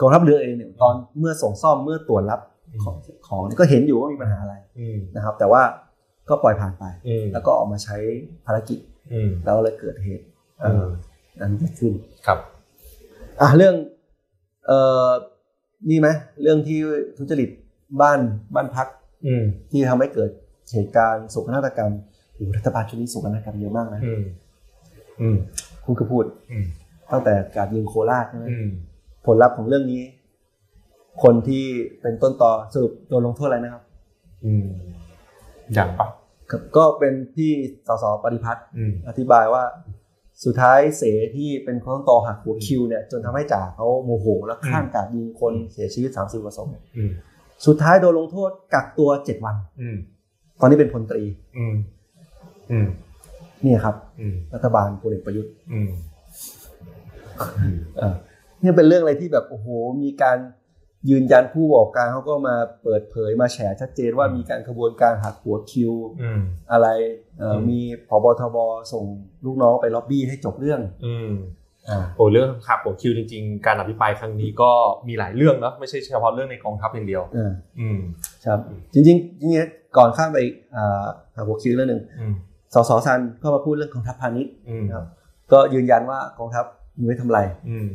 S1: กองทัพเรือเองเนี่ยตอนเมื่อส่งซ่อมเมื่อตรวจรับของของก็เห็นอยู่ว่ามีปัญหาอะไร
S2: อืม
S1: นะครับ แต่ว่าก็ปล่อยผ่านไป
S2: อืม
S1: แล้วก็ออกมาใช้ภารกิจ
S2: อืม
S1: แล้วเลยเกิดเหตุเอ่
S2: อื
S1: อ
S2: ม
S1: นั้นเกิดขึ้น
S2: ครับ
S1: อ่ะเรื่องเอ่อนี่ไหมเรื่องที่ทุจริตบ้านบ้านพัก
S2: อืม
S1: ที่ทำให้เกิดเหตุการณ์โศกนาฏกรรมโอ้โหรัฐบาลชุดนี้โศกนาฏกรรมเยอะมากนะ
S2: อืมอืม
S1: พูดก็พูด
S2: อืม
S1: ตั้งแต่การยิงโคราชใช่ไหม
S2: อืม
S1: ผลลัพธ์ของเรื่องนี้ คนที่เป็นต้นต่อสรุปโดนลงโทษอะไรนะครับ
S2: อืมอย่างปะ
S1: ครับก็เป็นที่สสปฏิพัฒน์
S2: อืม
S1: อธิบายว่า สุดท้ายเสที่เป็นคนต้นต่อหักหัวคิวเนี่ยจนทำให้จ่าเขาโมโหแล้วข้ามกราดยิงคนเสียชีวิตสามสิบกว่าศพ
S2: อืม
S1: สุดท้ายโดนลงโทษกักตัวเจ็ดวัน
S2: อืม
S1: ตอนนี้เป็นพลตรี
S2: อืมอืม
S1: เนี่ยครับ
S2: อืม
S1: รัฐบาลพลเอกประยุทธ์
S2: อืม
S1: เออเนี่ยเป็นเรื่องอะไรที่แบบโอ้โหมีการยืนยันผู้ประกอบการเขาก็มาเปิดเผยมาแฉชัดเจนว่า
S2: อืม
S1: มีการขบวนการหักหัวคิว
S2: อืม
S1: อะไรเอออ
S2: ม
S1: มีผบทบส่งลูกน้องไปล็อบบี้ให้จบเรื่อง
S2: อืม
S1: อ่า
S2: โอ้เรื่องขับผมคิวจริงๆ การอภิปรายครั้งนี้ก็มีหลายเรื่องนะไม่ใช่เฉพาะเรื่องในกองทัพอย่างเดียว
S1: เออ
S2: อืม
S1: ครับจริงๆจริงๆก่อนข้ามไปอีกอ่าหักหัวคิวเรื่องหนึ่ง
S2: อืม
S1: สสซันก็มาพูดเรื่องกองทัพพาณิชย์
S2: อืม
S1: ครับ ก็ยืนยันว่ากองทัพมีไว้ทำไร
S2: อืม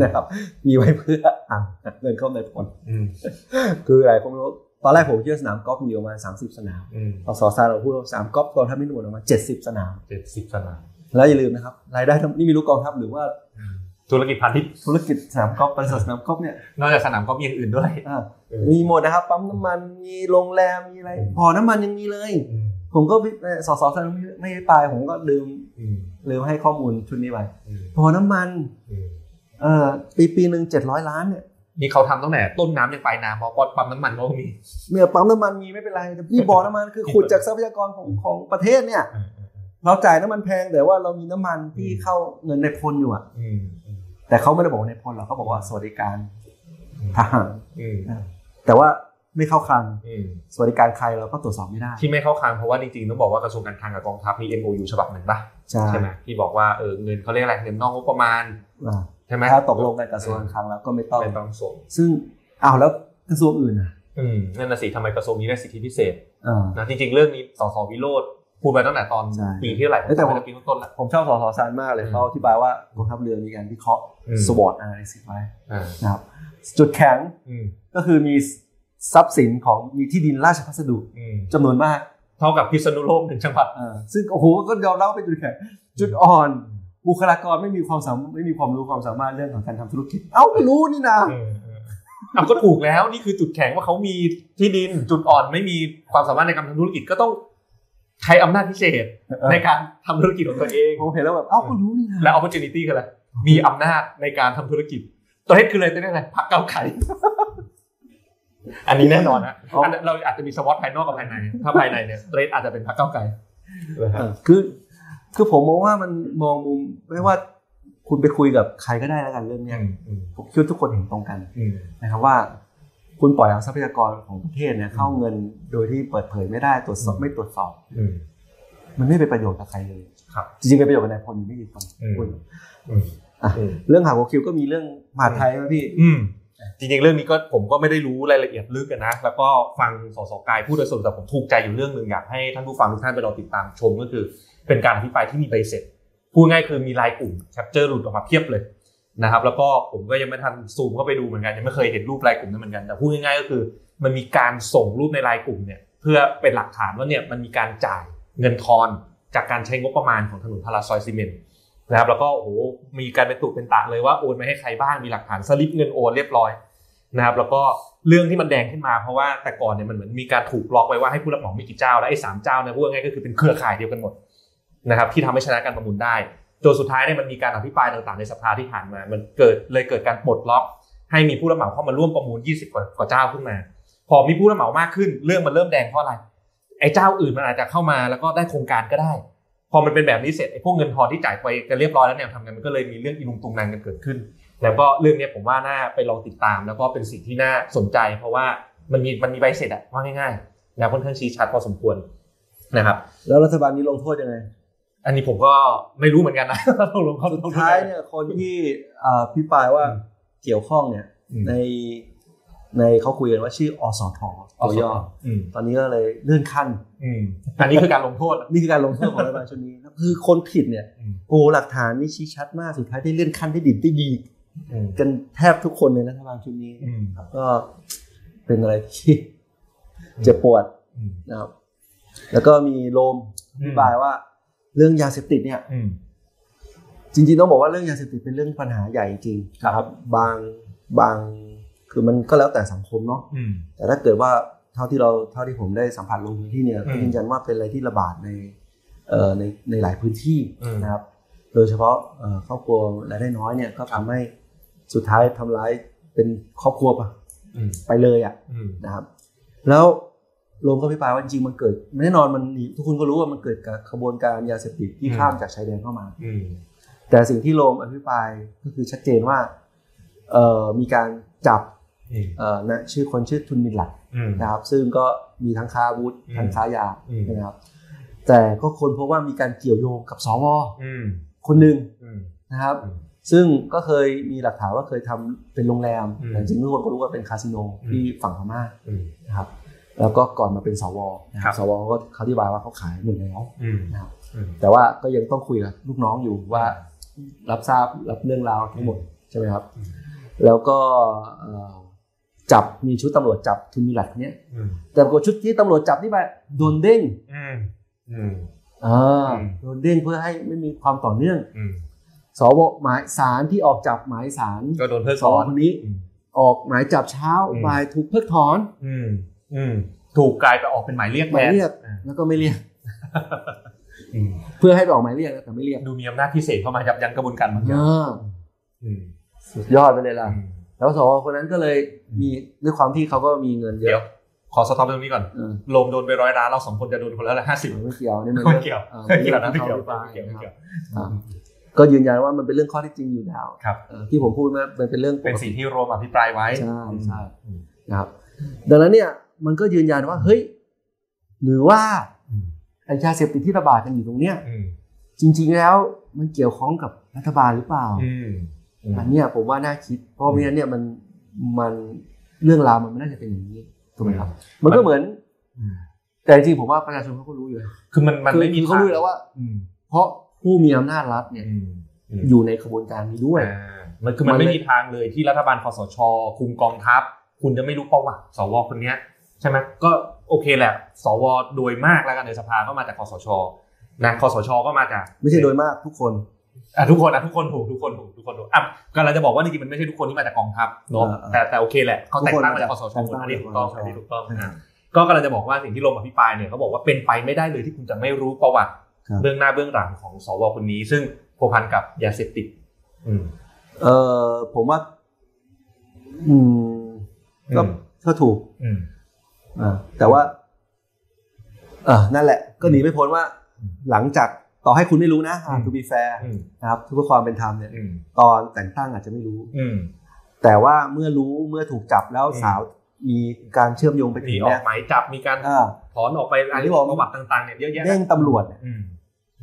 S1: นะครับ มีไว้เพื่ออ่ะเงินเข้าในผล
S2: อืม
S1: คือหลายคนไม่รู้ตอนแรกผมคิดว่าสนามกอล์ฟมีอยู่ประมาณ30 สนาม
S2: อืม
S1: อสอซาเราพูดว่าสนามกอล์ฟกองทัพไม่หนุนออกมา 70 สนาม
S2: เจ็ดสิบสนาม
S1: แล้วอย่าลืมนะครับรายได้ทั้งนี่ไม่รู้กองทัพหรือว่า
S2: ธุรกิจพาณิชย์
S1: ธุรกิจสนามกอล์ฟบริษัทสนามกอล์ฟเนี่ย
S2: นอกจากสนามก็มีอย่างอื่นด้วย
S1: อ่า
S2: เออ
S1: มีหมดนะครับ ปั๊มน้ำมันมีโรงแรมมีอะไรพอน้ำมันยังมีเลย
S2: อืม
S1: ผมก็วิเอ่อสอสอซาไม่ไม่ได้ไปผมก็ลืม
S2: อืม
S1: ลืมให้ข้อมูลชุดนี้ไป
S2: อืม
S1: พอน้ำมัน
S2: อืม
S1: เอ่อปีปีหนึ่ง700 ล้านเนี่ย
S2: นี่เขาทำตั้งแต่ต้นน้ำยันปลายน้ำเพราะว่าปั๊มน้ำมันเขาก็มี
S1: เมื่อปั๊มน้ำมันมีไม่เป็นไรแต่นี่บ่อน้ำมันคือขุดจากทรัพยากรของของประเทศเนี่ย เราจ่ายน้ำมันแพงแต่ว่าเรามีน้ำมันที่
S2: อืม
S1: เข้าเงินในพลอยู่อะ
S2: อืมอืม
S1: แต่เขาไม่ได้บอกว่าในพลหรอกเขาบอกว่าสวัสดิการทหาร
S2: อืม
S1: แต่ว่าไม่เข้าคลัง
S2: อืม
S1: สวัสดิการใครเราก็ตรวจสอบไม่ได้
S2: ที่ไม่เข้าคางเพราะว่าจริงๆต้องบอกว่ากระทรวงการคลังกับกองทัพมี MOU ฉบับหนึ่งป่ะ
S1: ใช่
S2: ใช่ไหมที่บอกว่าเออเงินเขาเรียกอะไรเงินนอกงบประมาณ
S1: อ่า
S2: ใช่ไหม
S1: ถ้าตกลงกันกับกระทรวงการคลังแล้วก็ไม่ต้อง
S2: ไม่ต้องส่ง
S1: ซึ่งเอาวแล้วกระทรวงอื่นอ่ะ
S2: อืมนั่นน่ะสิทำไมกระทรวงนี้ได้สิทธิพิเศษ
S1: อ่า
S2: นะจริงๆเรื่องนี้สสวิโรธพูดไปตั้งแต่ตอน
S1: ใช่
S2: ปีที่เท่าไหร่
S1: เอ้ยแต่
S2: แต่
S1: ผม
S2: ปีต้นๆละ
S1: ผมชอบสสซานมากเลย
S2: อืม
S1: เขาอธิบายว่ากองทัพเรือมีการวิเคราะห์
S2: อืม
S1: สวอตอะไรสิไว้
S2: อ่า
S1: นะครับจุดแข็ง
S2: อืม
S1: ก็คือมีทรัพย์สินของมีที่ดินราชพัสดุ
S2: อืม
S1: จำนวนมาก
S2: เท่ากับพิษณุโลกหนึ่งจังหวัด
S1: เออซึ่งโอ้โหก็ยอมรับว่าเป็นจุดแข็งจุดอ่อน บุคลากรไม่มีความสามไม่มีความรู้ความสามารถเรื่องของการทำธุรกิจ เอ้าไม่รู้นี่นะ
S2: เออเออเอาก็ถูกแล้วนี่คือจุดแข็งว่าเขามีที่ดินจุดอ่อนไม่มีความสามารถในการทำธุรกิจก็ต้องใช้อำนาจพิเศษในการทำธุรกิจของตัวเอง
S1: ผมเห็นแล้วแบบเอ้าก็รู้นี่นะ
S2: แล้ว opportunity คืออะไร มีอำนาจในการทำธุรกิจ ตัวเลขคืออะไรตัวเลข อะไรพักเก้าวไข่อันนี้แน่นอนนะอันนั้นเราอาจจะมีสวอตภายนอกกับภายใน ถ้าภายในเนี่ยเรทอาจจะเป็นพักเก้าวไก่
S1: เออคือ คือผมมองว่ามันมองมุมไม่ว่าคุณไปคุยกับใครก็ได้แล้วกันเรื่องเนี้ยผมคิดว่าทุกคนเห็นตรงกันนะครับว่า คุณปล่อยเอาทรัพยากรของประเทศเนี่ยเข้าเงินโดยที่เปิดเผยไม่ได้ตรวจสอบไม่ตรวจสอบ มันไม่เป็นประโยชน์กับใครเลย
S2: ครับ
S1: จริงๆเป็นประโยชน์กับนายพลอยู่ไม่กี่คน
S2: อืม
S1: พูด อ่ะ เรื่องหาหัวคิวก็มีเรื่องมหาดไทยนะพี่
S2: อืมจริงๆเรื่องนี้ก็ผมก็ไม่ได้รู้รายละเอียดลึกอะนะ แล้วก็ฟังสสกายพูดโดยสรุปแต่ผมถูกใจอยู่เรื่องหนึ่งอยากให้ท่านผู้ฟังทุกท่านไปลองติดตามชมก็คือ เป็นการอภิปรายที่มีใบเสร็จพูดง่ายคือมีลายกลุ่มแคปเจอร์หลุดออกมาเพียบเลยนะครับ แล้วก็ผมก็ยังไม่ทันซูมเข้าไปดูเหมือนกันยังไม่เคยเห็นรูปลายกลุ่มนั้นเหมือนกันแต่พูดง่ายๆก็คือ มันมีการส่งรูปในลายกลุ่มเนี่ยเพื่อเป็นหลักฐานว่าเนี่ยมันมีการจ่ายเงินทอนจากการใช้งบประมาณของถนนพาราซอยซีเมนต์ นะครับแล้วก็โอ้โหมีการเป็นตุเป็นตะเลยว่าโอนไปให้ใครบ้างมีหลักฐานสลิปเงินโอนเรียบร้อยนะครับแล้วก็เรื่องที่มันแดงขึ้นมาเพราะว่าแต่ก่อนเนี่ยมันเหมือนมีการถูกล็อกไว้ว่าให้ผู้รับเหมาไม่กี่เจ้า และไอ้สามเจ้าเนะพูดง่ายๆก็คือเป็นเครือข่ายเดียวกันหมดนะครับที่ทำให้ชนะการประมูลได้ จนสุดท้ายเนี่ยมันมีการอภิปรายต่างๆในสภาที่ผ่านมา มันเกิดเลยเกิดการปลดล็อก ให้มีผู้รับเหมาเข้ามาร่วมประมูล 20 กว่ากว่าเจ้าขึ้นมา พอมีผู้รับเหมามากขึ้น เรื่องมันเริ่มแดงเพราะอะไร ไอ้เจ้าอื่นมันอาจจะเข้ามาแล้วก็ได้โครงการก็ได้ พอมันเป็นแบบนี้เสร็จไอ้พวกเงินทอนที่จ่ายไปกันเรียบร้อยแล้วเนี่ยทำงานมันก็เลยมีเรื่องอีลุงตุงนังกันเกิดขึ้น แล้วก็เรื่องเนี้ยผมว่าน่าไปลองติดตาม แล้วก็เป็นสิ่งที่น่าสนใจ เพราะว่ามันมีมันมีใบเสร็จอะว่าง่ายๆแล้วค่อนข้างชี้ชัดพอสมควรนะครับ
S1: แล้วรัฐบาลนี้ลงโทษยังไง
S2: อันนี้ผมก็ไม่รู้เหมือนกันนะ ต้องลงเข้า
S1: สุด
S2: ต้องดู
S1: ท้ายเนี่ยคนที่อ่าพิปรายว่าเกี่ยวข้องเนี่ย
S2: อืม
S1: ในในเขาคุยกันว่าชื่ออสทตัวย่อ
S2: อืม
S1: ตอนนี้ก็เลยเลื่อนขั้น
S2: อืมอันนี้คือการลงโทษนะ
S1: นี่คือการลงโทษของรัฐบาลชุดนี้ครับคือคนผิดเนี่ย
S2: อืม
S1: โอ้หลักฐานนี่ชี้ชัดมากสุดท้ายได้เลื่อนขั้นได้ดิบได้ดี
S2: อืม
S1: กันแทบทุกคนในรัฐบาลชุดนี้
S2: อืม
S1: ครับก็เป็นอะไรที่เจ็บปวด
S2: อืม
S1: นะครับ แล้วก็มีโลมอธิบายว่าเรื่องยาเสพติดเนี่ย
S2: อืม
S1: จริงๆต้องบอกว่าเรื่องยาเสพติดเป็นเรื่องปัญหาใหญ่จริงๆ
S2: ครับ
S1: บางบางคือมันก็แล้วแต่สังคมเนาะ
S2: อืม
S1: แต่ถ้าเกิดว่าเท่าที่เราเท่าที่ผมได้สัมผัสลงพื้นที่เนี่ย
S2: อืม
S1: ก็ยืนยันว่าเป็นอะไรที่ระบาดในเอ่อในในหลายพื้นที่
S2: อืม
S1: นะครับ โดยเฉพาะเอ่อครอบครัวรายได้น้อยเนี่ยก็ทำให้สุดท้ายทำร้ายเป็นครอบครัวไป
S2: อืม
S1: ไปเลยอ่ะ
S2: อืม
S1: นะครับ แล้วลงก็พิพายว่าจริงๆมันเกิดแน่นอนมันหนีทุกคนก็รู้ว่ามันเกิดกับขบวนการยาเสพติดที่ข้ามจากชายแดนเข้ามา
S2: อืม
S1: แต่สิ่งที่โรมอภิปรายก็คือชัดเจนว่าเอ่อมีการจับ
S2: อืม
S1: เอ่อนะชื่อคนชื่อทุนมินหลัก
S2: อืม
S1: นะครับ ซึ่งก็มีทั้งค้าอาวุธ
S2: อืม
S1: ทั้งค้ายา
S2: อืม
S1: นะครับ แต่ก็คนพบว่ามีการเกี่ยวโยงกับสว
S2: อืม
S1: คนหนึ่ง
S2: อืม
S1: นะครับ
S2: อืม
S1: ซึ่งก็เคยมีหลักฐานว่าเคยทำเป็นโรงแรม
S2: อืม
S1: แต่จริงๆทุกคนก็รู้ว่าเป็นคาสิโน
S2: อืม
S1: ที่ฝั่งพม่า
S2: อืม
S1: นะครับ แล้วก็ก่อนมาเป็นสวนะค
S2: ค
S1: รั
S2: รั
S1: บบ สวเขาก็เขาอธิบายว่าเขาขายหมดแล้ว
S2: อืม
S1: นะครับ
S2: อืม
S1: แต่ว่าก็ยังต้องคุยกับลูกน้องอยู่ว่า รับทราบรับเรื่องราวทั้งหมดใช่ไหมครับ
S2: อืม
S1: แล้วก็เอ่อจับมีชุดตำรวจจับทุนมีหลักเนี้ย
S2: อืม
S1: แต่ปรากฏชุดที่ตำรวจจับนี่ไปโดนเด้ง
S2: อืมอืม
S1: อ่า
S2: อืม
S1: โดนเด้งเพื่อให้ไม่มีความต่อเนื่อง
S2: อืม
S1: สวหมายสารที่ออกจับหมายสาร
S2: ก็โดนเพิก
S1: ส
S2: ถ
S1: ว
S2: อน
S1: คนนี้ออกหมายจับเช้า
S2: อืม
S1: บ่ายถูกเพิกถอน
S2: อืมอืมถูกกลายไปออกเป็นหมายเรียกแท
S1: หมาย
S2: น
S1: เรียก
S2: อ่า
S1: แล้วก็ไม่เรียก
S2: อืม
S1: เพื่อให้ไปออกหมายเรียกนะแต่ไม่เรียก
S2: ดูมีอำนาจพิเศษเข้ามายับยั้งกระบวนการบางอย่าง
S1: อ่า
S2: อืม
S1: สุดยอดไปเลยล่ะ
S2: อืม
S1: แล้วสวคนนั้นก็เลยมีด้วยความที่เขาก็มีเงินเย
S2: เดี๋ยว
S1: อะ
S2: ขอสต็อปตรงนี้ก่อน
S1: เออ
S2: ลมโดนไปร้อยล้านเราสองคนจะโดนคนละละห้าสิบ
S1: ไม่เกี่ยวนี่มัน
S2: ไม่เกี่ยว
S1: อ่อ
S2: ไม่เกี่ยว
S1: ป็
S2: นะ
S1: น
S2: ไม่
S1: เรื่อง
S2: เกี่ยว
S1: ของ
S2: ไม่
S1: เขาหรือเป
S2: เกี่ยวไม่เกี่
S1: ล่า
S2: ยว
S1: อ่ะก็ยืนยันว่ามันเป็นเรื่องข้อที่จริงอยู่แล้ว
S2: ครับ
S1: เอ่อที่ผมพูดมามันเป็นเรื่องป
S2: เป็น
S1: กติ
S2: สิ่งที่รวมอภิปรายไว้
S1: ใช่ใช่
S2: อืม
S1: นะครับดังนั้นเนี่ยมันก็ยืนยันว่าเฮ้ยหรือว่า
S2: อืม
S1: ไอ้ยาเสพติดที่ระบาดกันอยู่ตรงเนี้ย
S2: อืม
S1: จริง ๆ แล้วมันเกี่ยวข้องกับรัฐบาลหรือเปล่า
S2: อืมอืม
S1: อันเนี้ยผมว่าน่าคิด เพราะไม่งั้นเนี่ยมันมันเรื่องราวมันไม่น่าจะเป็นอย่างนี้ถูกไหมครับ มันก็เหมือน
S2: อืม
S1: แต่จริงๆผมว่าประชาชนเขาก็รู้อยู่แล้ว
S2: คือมันมันไม่มี
S1: คือเขารู้อยู่แล้วว่า
S2: อืม
S1: เพราะผู้มีอำนาจรัฐเนี่ย
S2: อืมอืม
S1: อยู่ในขบวนการนี้ด้วย
S2: อ่ามันคือมัน
S1: มันเลย
S2: ไม่มีทางเลยที่รัฐบาลคอสช คุมกองทัพ คุณจะไม่รู้ประวัติสวคนเนี้ยใช่ไหมก็โอเคแหละ สวโดยมากแล้วกันในสภาก็มาจากคอสชนะคอสชก็มาจาก
S1: ไม่ใช่โดยมากทุกคน
S2: อ่ะทุกคนนะทุกคนถูกทุกคนถูกทุกคนถูกอ่ะกำลังจะบอกว่าจริงๆมันไม่ใช่ทุกคนที่มาจากกองทัพเนาะ
S1: อ่าอ่า
S2: แต่แต่โอเคแหละเขาแต่งตั้งมาจากคอสช
S1: ทุกคนมาจาก
S2: อันนี้ถูกต้อง
S1: คสช
S2: อันนี้ถูกต้อง
S1: อ่า
S2: อ่ะก็กำลังจะบอกว่าสิ่งที่ลงอภิปรายเนี่ยเขาบอกว่าเป็นไปไม่ได้เลยที่คุณจะไม่รู้ประวัติ
S1: ครับ
S2: เบื้องหน้าเบื้องหลังของสวคนนี้ ซึ่งพัวพันกับยาเสพติดอืม
S1: เออผมว่า อืมก็
S2: อืม
S1: ก็ถูก
S2: อืม
S1: อ่าแต่ว่าเออนั่นแหละ ก็หนีไม่พ้นว่า
S2: อืม
S1: หลังจากต่อให้คุณไม่รู้นะอ่า
S2: อืม
S1: to be fair
S2: อืม
S1: นะครับเพื่อความเป็นธรรมเนี่ย
S2: อืม
S1: ตอนแต่งตั้งอาจจะไม่รู้
S2: อืม
S1: แต่ว่าเมื่อรู้เมื่อถูกจับแล้ว
S2: อืม
S1: สาวมีการเชื่อมโยงไปถึ
S2: มี
S1: ง
S2: ออ
S1: เนี่
S2: ก
S1: ย
S2: หมายจับมีการ
S1: อ่า
S2: ถอนออกไปอะไร
S1: ที่บอก
S2: ประวัติต่างๆเนี่ยเยอะแยะ
S1: เด้งตำรวจเนี่ย
S2: อืม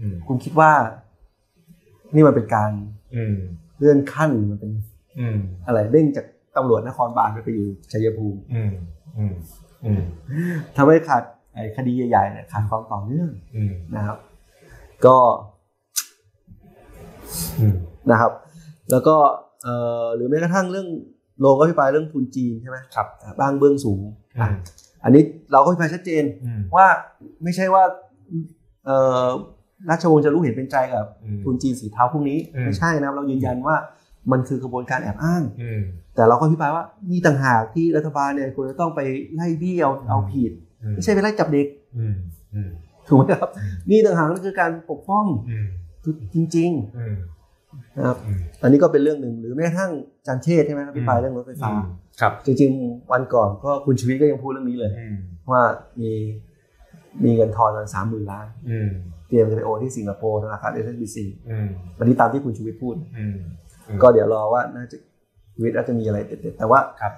S2: อืม
S1: คุณคิดว่า นี่มันเป็นการ
S2: อืม
S1: เลื่อนขั้นหรือมันเป็น
S2: อืม
S1: อะไรเด้งจากตำรวจนครบาลไปไปอยู่ชัยภูมิ
S2: อืมอืมอืม
S1: ทำให้ขาดไอ้คดีใหญ่ๆเนี่ยขาดความต่อเนื่อง
S2: อืม
S1: นะครับ ก็
S2: อืม
S1: นะครับ แล้วก็เอ่อหรือแม้กระทั่งเรื่องโลงก็พิพายเรื่องทุนจีนใช่ไหม
S2: ครับ
S1: บ้างเบื้องสูง
S2: อื
S1: อ่ะ
S2: ม
S1: อันนี้เราก็พิพายชัดเจน
S2: อืม
S1: ว่าไม่ใช่ว่าเอ่อราชวงศ์จะรู้เห็นเป็นใจกับ
S2: อืม
S1: ทุนจีนสีเทาพวกนี้
S2: อืม
S1: ไม่ใช่นะครับเรายืนยันว่ามันคือกระบวนการแอบอ้าง
S2: อืม
S1: แต่เราก็อธิบายว่านี่ต่างหากที่รัฐบาลเนี่ยควรจะต้องไปไล่บี้เอาเอาผิด
S2: อืม
S1: ไม่ใช่ไปไล่จับเด็ก
S2: อืมอืม
S1: ถูกไหมครับ นี่ต่างหากก็คือการปกป้อง
S2: อืม
S1: จริง
S2: อืม
S1: ๆนะครับ
S2: อืม
S1: อันนี้ก็เป็นเรื่องหนึ่งหรือแม้กระทั่งอาจานเชษใช่ไหมครับพี่ปายเรื่องรถไฟฟ้า
S2: ครับ
S1: จริงๆวันก่อนก็คุณชีวิตก็ยังพูดเรื่องนี้เลย
S2: อืม
S1: ว่ามีมีเงินทอนกันสามหมื่นล้าน
S2: อืม
S1: เตรียมจะไปโอนที่สิงคโปร์ธนาคาร SSBC
S2: อืม
S1: วันนี้ตามที่คุณชูวิทย์พูด
S2: อืม อืม
S1: ก็เดี๋ยวรอว่าน่าจะชีวิทย์อาจจะมีอะไรเด็ดๆแต่ว่า
S2: ครับ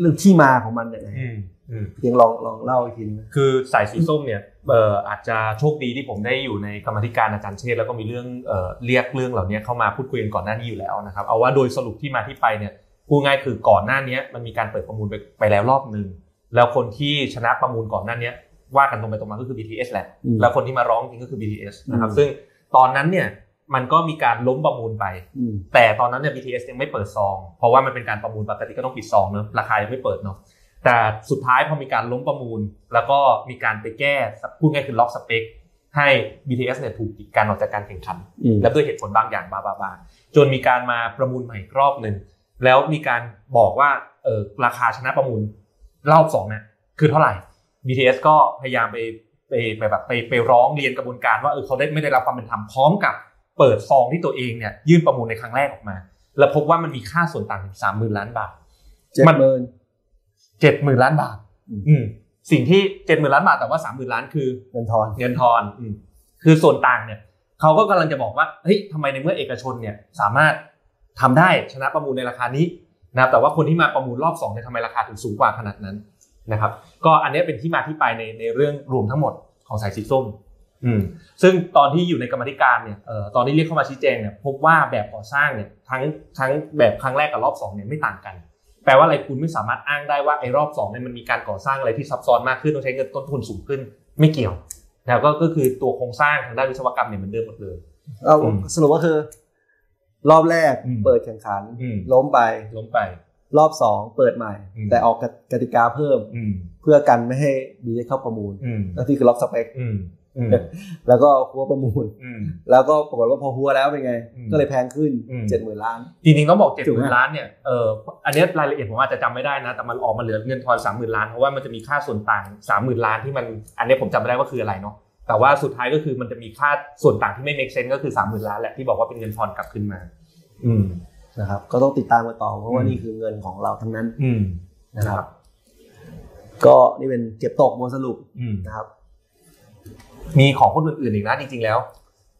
S1: เรื่องที่มาของมันเนี่ย
S2: อืมอืม
S1: เพียงลองลองเล่าอีกทีนึง
S2: คือสายสีส้มเนี่ยเอ่ออาจจะโชคดีที่ผมได้อยู่ในกรรมาธิการอาจารย์เชษฐ์แล้วก็มีเรื่องเอ่อเรียกเรื่องเหล่านี้เข้ามาพูดคุยกันก่อนหน้านี้อยู่แล้วนะครับเอาว่าโดยสรุปที่มาที่ไปเนี่ยพูดง่ายคือก่อนหน้านี้มันมีการเปิดประมูลไปไปแล้วรอบหนึ่งแล้วคนที่ชนะประมูลก่อนหน้านี้ว่ากันตรงไปตรงมาก็คือ BTS แหละ
S1: อืม
S2: แล้วคนที่มาร้องจริงก็คือ BTS นะครับ
S1: อืม
S2: ซึ่งตอนนั้นเนี่ยมันก็มีการล้มประมูลไป
S1: อืม
S2: แต่ตอนนั้นเนี่ย BTS ยังไม่เปิดซอง เพราะว่ามันเป็นการประมูลปกติก็ต้องปิดซองเนอะราคายังไม่เปิดเนาะแต่สุดท้ายพอมีการล้มประมูล แล้วก็มีการไปแก้พูดง่ายคือล็อกสเปค ให้ BTS เนี่ยถูกกีดกันออกจากการแข่งขัน
S1: อืม
S2: และด้วยเหตุผลบางอย่างบาบาบาจนมีการมาประมูลใหม่อีกรอบหนึ่งแล้วมีการบอกว่าเออราคาชนะประมูลรอบสองเนี่ยคือเท่าไหร่ BTS ก็พยายามไปไปไปแบบไปไปร้องเรียนกระบวนการว่าเออเขาได้ไม่ได้รับความเป็นธรรมพร้อมกับเปิดซองที่ตัวเองเนี่ยยื่นประมูลในครั้งแรกออกมา แล้วพบว่ามันมีค่าส่วนต่างถึงสามหมื่นล้านบาท
S1: เจ็ด
S2: มัน
S1: เมิน
S2: เจ็ดหมื่นล้านบาท
S1: อืม
S2: อืมสิ่งที่เจ็ดหมื่นล้านบาทแต่ว่าสามหมื่นล้านคือ
S1: เงินทอน
S2: เงินทอนอืมคือส่วนต่างเนี่ยเขาก็กำลังจะบอกว่าเฮ้ยทำไมในเมื่อเอกชนเนี่ยสามารถทำได้ชนะประมูลในราคานี้นะครับแต่ว่าคนที่มาประมูลรอบสองเนี่ยทำไมราคาถึงสูงกว่าขนาดนั้นนะครับ ก็อันเนี้ยเป็นที่มาที่ไปในในเรื่องรวมทั้งหมดของสายสีส้มอืมซึ่งตอนที่อยู่ในกรรมาธิการเนี่ยเอ่อตอนที่เรียกเข้ามาชี้แจงเนี่ยพบว่าแบบก่อสร้างเนี่ยทั้งทั้งแบบครั้งแรกกับรอบสองเนี่ยไม่ต่างกัน แปลว่าอะไรคุณไม่สามารถอ้างได้ว่าไอ้รอบสองเนี่ยมันมีการก่อสร้างอะไรที่ซับซ้อนมากขึ้นต้องใช้เงินต้นทุนสูงขึ้นไม่เกี่ยว แล้วก็ก็คือตัวโครงสร้างทางด้านวิศวกรรมเนี่ยเหมือนเดิมหมดเลย
S1: เอา
S2: อืม
S1: สรุปก็คือ รอบแรก
S2: อืม
S1: เปิดแข่งขัน
S2: อืม
S1: ล้มไป
S2: ล้มไป
S1: รอบสองเปิดใหม่
S2: อืม
S1: แต่ออกกติกาเพิ่ม
S2: อืม
S1: เพื่อกันไม่ให้บีเข้าประมูล
S2: อืม
S1: นั่นที่คือล็อกสเปค
S2: อืมอืม
S1: แล้วก็หัวประมูล
S2: อืม
S1: แล้วก็ปรากฏว่าพอหัวแล้วเป็นไง
S2: อืม
S1: ก็เลยแพงขึ้น
S2: อืม
S1: เจ็ดหมื่นล้าน
S2: จริงๆต้องบอกเจ็ด
S1: ถู
S2: ห
S1: ก
S2: มื่
S1: ไห
S2: น
S1: ม
S2: ล้านเนี่ยเอออันเนี้ยรายละเอียดผมอาจจะจำไม่ได้นะ แต่มันออกมาเหลือเงินทอนสามหมื่นล้านเพราะว่ามันจะมีค่าส่วนต่างสามหมื่นล้านที่มันอันเนี้ยผมจำไม่ได้ว่าคืออะไรเนาะแต่ว่าสุดท้ายก็คือมันจะมีค่าส่วนต่างที่ไม่ make sense ก็คือสามหมื่นล้านแหละที่บอกว่าเป็นเงินทอนกลับขึ้นมา อืม
S1: นะครับก็ต้องติดตามกันต่อเพราะว่า
S2: อืม
S1: นี่คือเงินของเราทั้งนั้น
S2: อืม
S1: นะค
S2: นะค
S1: รั
S2: รับ บ
S1: ก็นี่เป็นเก็บตกบทสรุป
S2: อืม
S1: นะครับ
S2: มีของคนอื่นๆอีกนะจริง ๆแล้ว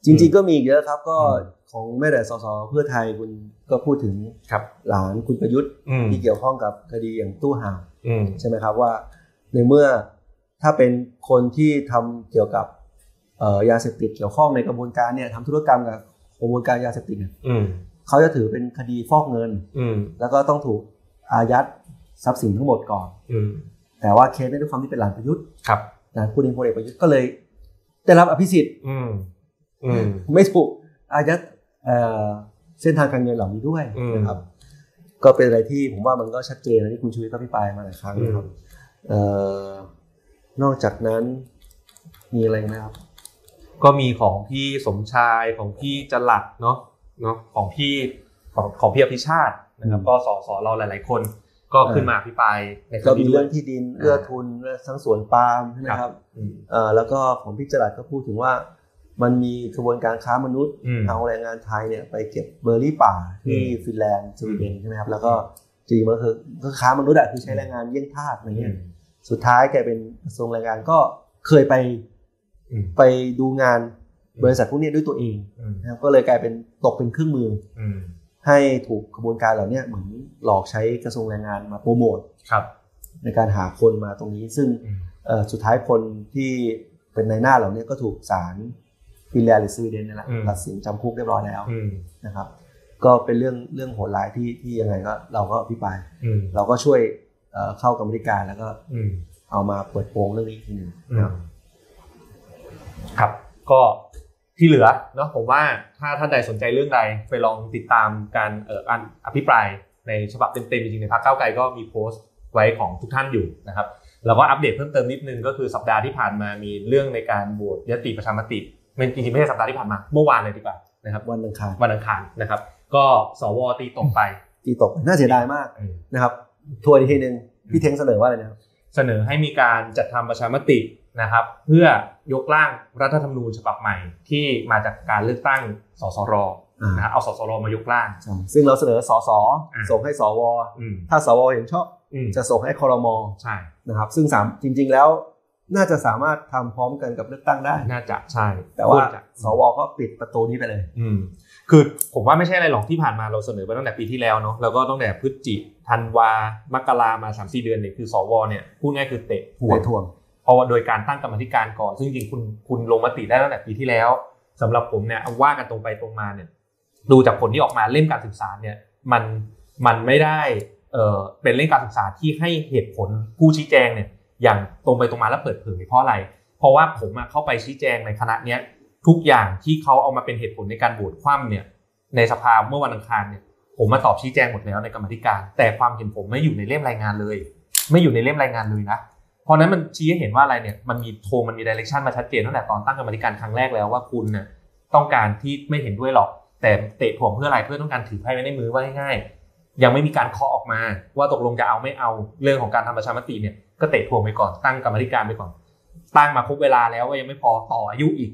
S1: จริง ๆ ก็มีอีกเยอะครับ ก็
S2: อืม
S1: ของแม่แต่สสเพื่อไทยคุณก็พูดถึง
S2: ครับ
S1: หลานคุณประยุทธ์
S2: อืม
S1: ที่เกี่ยวข้องกับคดีอย่างตู้ห่าว
S2: อืม
S1: ใช่ไหมครับว่าในเมื่อถ้าเป็นคนที่ทำเกี่ยวกับเอ่อยาเสพติดเกี่ยวข้องในกระบวนการเนี่ยทำธุรกรรมกับกระบวนการยาเสพติดเนี่ย
S2: อืม
S1: เขาจะถือเป็นคดีฟอกเงิน
S2: อืม
S1: แล้วก็ต้องถูกอายัดทรัพย์สินทั้งหมดก่อน
S2: อืม
S1: แต่ว่าเคสนี้ด้วยความที่เป็นหลานประยุทธ์
S2: ครับ
S1: หลานคุณเองพลเอกประยุทธ์ก็เลยได้รับอภิสิทธิ์
S2: อืม อืม
S1: ไม่ถูกอายัดเอ่อเส้นทางการเงินเหล่านี้ด้วย
S2: อืม
S1: นะครับ ก็เป็นอะไรที่ผมว่ามันก็ชัดเจนนะที่คุณชูวิทย์ก็พิปรายมาหลายครั้งนะครับ เอ่อนอกจากนั้นมีอะไรนะครับ
S2: ก็มีของพี่สมชายของพี่จลัดเนาะเนาะของพี่ของของพี่อภิชาตินะครับ
S1: อืม
S2: ก็สอสอเราหลาย ๆ คน ก็ขึ้นมาพิปรายในค
S1: ก็
S2: ดี
S1: มี
S2: ด้
S1: เรื่
S2: ว
S1: อย งที่ดินเอื้อทุนเรื่องทั้งสวนปาล์มใช่ไหม
S2: ค
S1: ค
S2: รั
S1: รับ บ
S2: อืม
S1: เอ่อแล้วก็ของพี่จรัสก็พูดถึงว่า มันมีกระบวนการค้ามนุษย์
S2: อืม
S1: เอาแรงงานไทยเนี่ยไปเก็บเบอร์รี่ป่าที่
S2: อืม
S1: ฟินแลนด์สวีเดนใช่ไหมครับแล้วก็จริงๆมันคือก็ค้ามนุษย์อะคือใช้แรงงานเยี่ยงทาสอะไรเงี้ยสุดท้ายแกเป็นกระทรวงแรงงานก็เคยไป
S2: อืม
S1: ไปดูงานบริษัทพวกเนี้ยด้วยตัวเอง
S2: อืม
S1: นะครับก็เลยกลายเป็นตกเป็นเครื่องมือ
S2: อืม
S1: ให้ถูกกระบวนการเหล่าเนี้ยเหมือนหลอกใช้กระทรวงแรงงานมาโปรโมท
S2: ครับ
S1: ในการหาคนมาตรงนี้ ซึ่ง
S2: อืม
S1: เอ่อสุดท้ายคนที่เป็นในายหน้าเหล่าเนี้ยก็ถูกศาลฟินแลนด์หรือสวีเดนเนี่ยแหละตัดสินจำคุกเรียบร้อยแล้ว
S2: อืม
S1: นะครับ ก็เป็นเรื่องเรื่องโหดร้ายที่ที่ยังไงก็เราก็อภิปราย
S2: อืม
S1: เราก็ช่วยเอ่อเข้ากรรมธิการแล้วก็
S2: อืม
S1: เอามาเปิดโปงเรื่องนี้อีกทีหนึ่ง
S2: อืมครับก็ที่เหลือเนาะผมว่าถ้าท่านใดสนใจเรื่องใดไปลองติดตามการเอ่อการอภิปรายในฉบับเต็มๆจริงๆในพรรคก้าวไกลก็มีโพสต์ไว้ของทุกท่านอยู่นะครับแล้วก็อัปเดตเพิ่มเติมนิดนึงก็คือสัปดาห์ที่ผ่านมามีเรื่องในการโหวตยติประชามติไม่จริงๆไม่ใช่สัปดาห์ที่ผ่านมาเมื่อวานเลยดีกว่านะครับ
S1: วันอังคาร
S2: วันอังคารนะครับ ก็สวตีตกไป
S1: ตีตกน่าเสียดายมากนะครับทัวร์อีกทีหนึ่งพี่เทงเสนอว่าอะไรนะครับ
S2: เสนอให้มีการจัดทำประชามติ นะครับ เพื่อยกร่างรัฐธรรมนูญฉบับใหม่ ที่มาจากการเลือกตั้งสสร
S1: อ่า
S2: นะครับเอาสสรมายกร่าง
S1: ใช่ซึ่งเราเสนอสส
S2: อ่า
S1: ส่งให้สว
S2: อืม
S1: ถ้าสวเห็นชอบ
S2: อืม
S1: จะส่งให้คอรมอ
S2: ใช่
S1: นะครับซึ่งสามจริง ๆแล้ว น่าจะสามารถทำพร้อมกันกับเลือกตั้งได้
S2: น่าจะใช่
S1: แต่ว่า
S2: ควรจะ
S1: สวก็ปิดประตูนี้ไปเลย
S2: อืมคือผมว่าไม่ใช่อะไรหรอกที่ผ่านมาเราเสนอไปตั้งแต่ปีที่แล้วเนาะแล้วก็ตั้งแต่พฤศจิธันวามกรามา3 4 เดือนเนี่ยคือสวเนี่ยพูดง่ายคือเตะหัว
S1: ได้ทวง
S2: เพราะว่าโดยการตั้งกรรมธิการก่อน ซึ่งจริงๆคุณคุณลงมติได้ตั้งแต่ปีที่แล้วสำหรับผมเนี่ยเอาว่ากันตรงไปตรงมาเนี่ยดูจากผลที่ออกมาเล่มการศึกษาเนี่ยมันมันไม่ได้เออเป็นเล่มการศึกษาที่ให้เหตุผลผู้ชี้แจงเนี่ยอย่างตรงไปตรงมาและเปิดเผยเพราะอะไร เพราะว่าผมอะเข้าไปชี้แจงในคณะเนี้ย ทุกอย่างที่เขาเอามาเป็นเหตุผลในการโหวตคว่ำเนี่ยในสภาเมื่อวันอังคารเนี่ยผมมาตอบชี้แจงหมดแล้วในกรรมาธิการ แต่ความเห็นผมไม่อยู่ในเล่มรายงานเลย ไม่อยู่ในเล่มรายงานเลยนะเพราะฉะนั้นมันชี้ให้เห็นว่าอะไรเนี่ยมันมีโทนมันมีดิเรกชันมาชัดเจนตั้งแต่ตอนตั้งกรรมาธิการครั้งแรกแล้วว่าคุณเนี่ยต้องการที่ไม่เห็นด้วยหรอก แต่เตะถ่วงเพื่ออะไรเพื่อต้องการถือไพ่ไว้ในมือว่าง่ายๆยังไม่มีการเคาะออกมา ว่าตกลงจะเอาไม่เอาเรื่องของการทำประชามติเนี่ยก็เตะถ่วงไปก่อนตั้งกรรมาธิการไปก่อน ตั้งมาครบเวลาแล้วก็ยังไม่พอต่ออายุอีก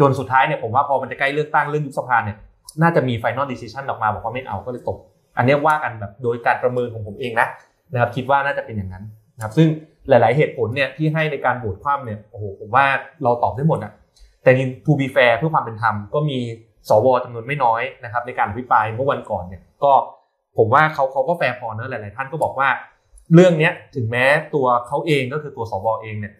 S2: จนสุดท้ายเนี่ยผมว่าพอมันจะใกล้เลือกตั้งเรื่องยุบสภาเนี่ยน่าจะมีไฟน a ลดิ i ิชันออกมาบอกว่าไม่เอาก็เลยตก อันเนี้ยว่ากันแบบโดยการประเมินของผมเองนะนะครับคิดว่าน่าจะเป็นอย่างนั้นนะครับซึ่งหลาย ๆ เหตุผลเนี่ยที่ให้ในการโหวตคว่ำเนี่ยโอ้โหผมว่าเราตอบได้หมดอะแต่จริงทูบีแฟร์เพื่อความเป็นธรรมก็มีสวจำนวนไม่น้อยนะครับในการอภิปรายเมื่อวันก่อนเนี่ยก็ผมว่าเขาเขาก็แฟร์พอนะหลาย ๆ ท่านก็บอกว่า เรื่องเนี้ยถึงแม้ตัวเขาเองก็คือตัวสวเองเนี่ย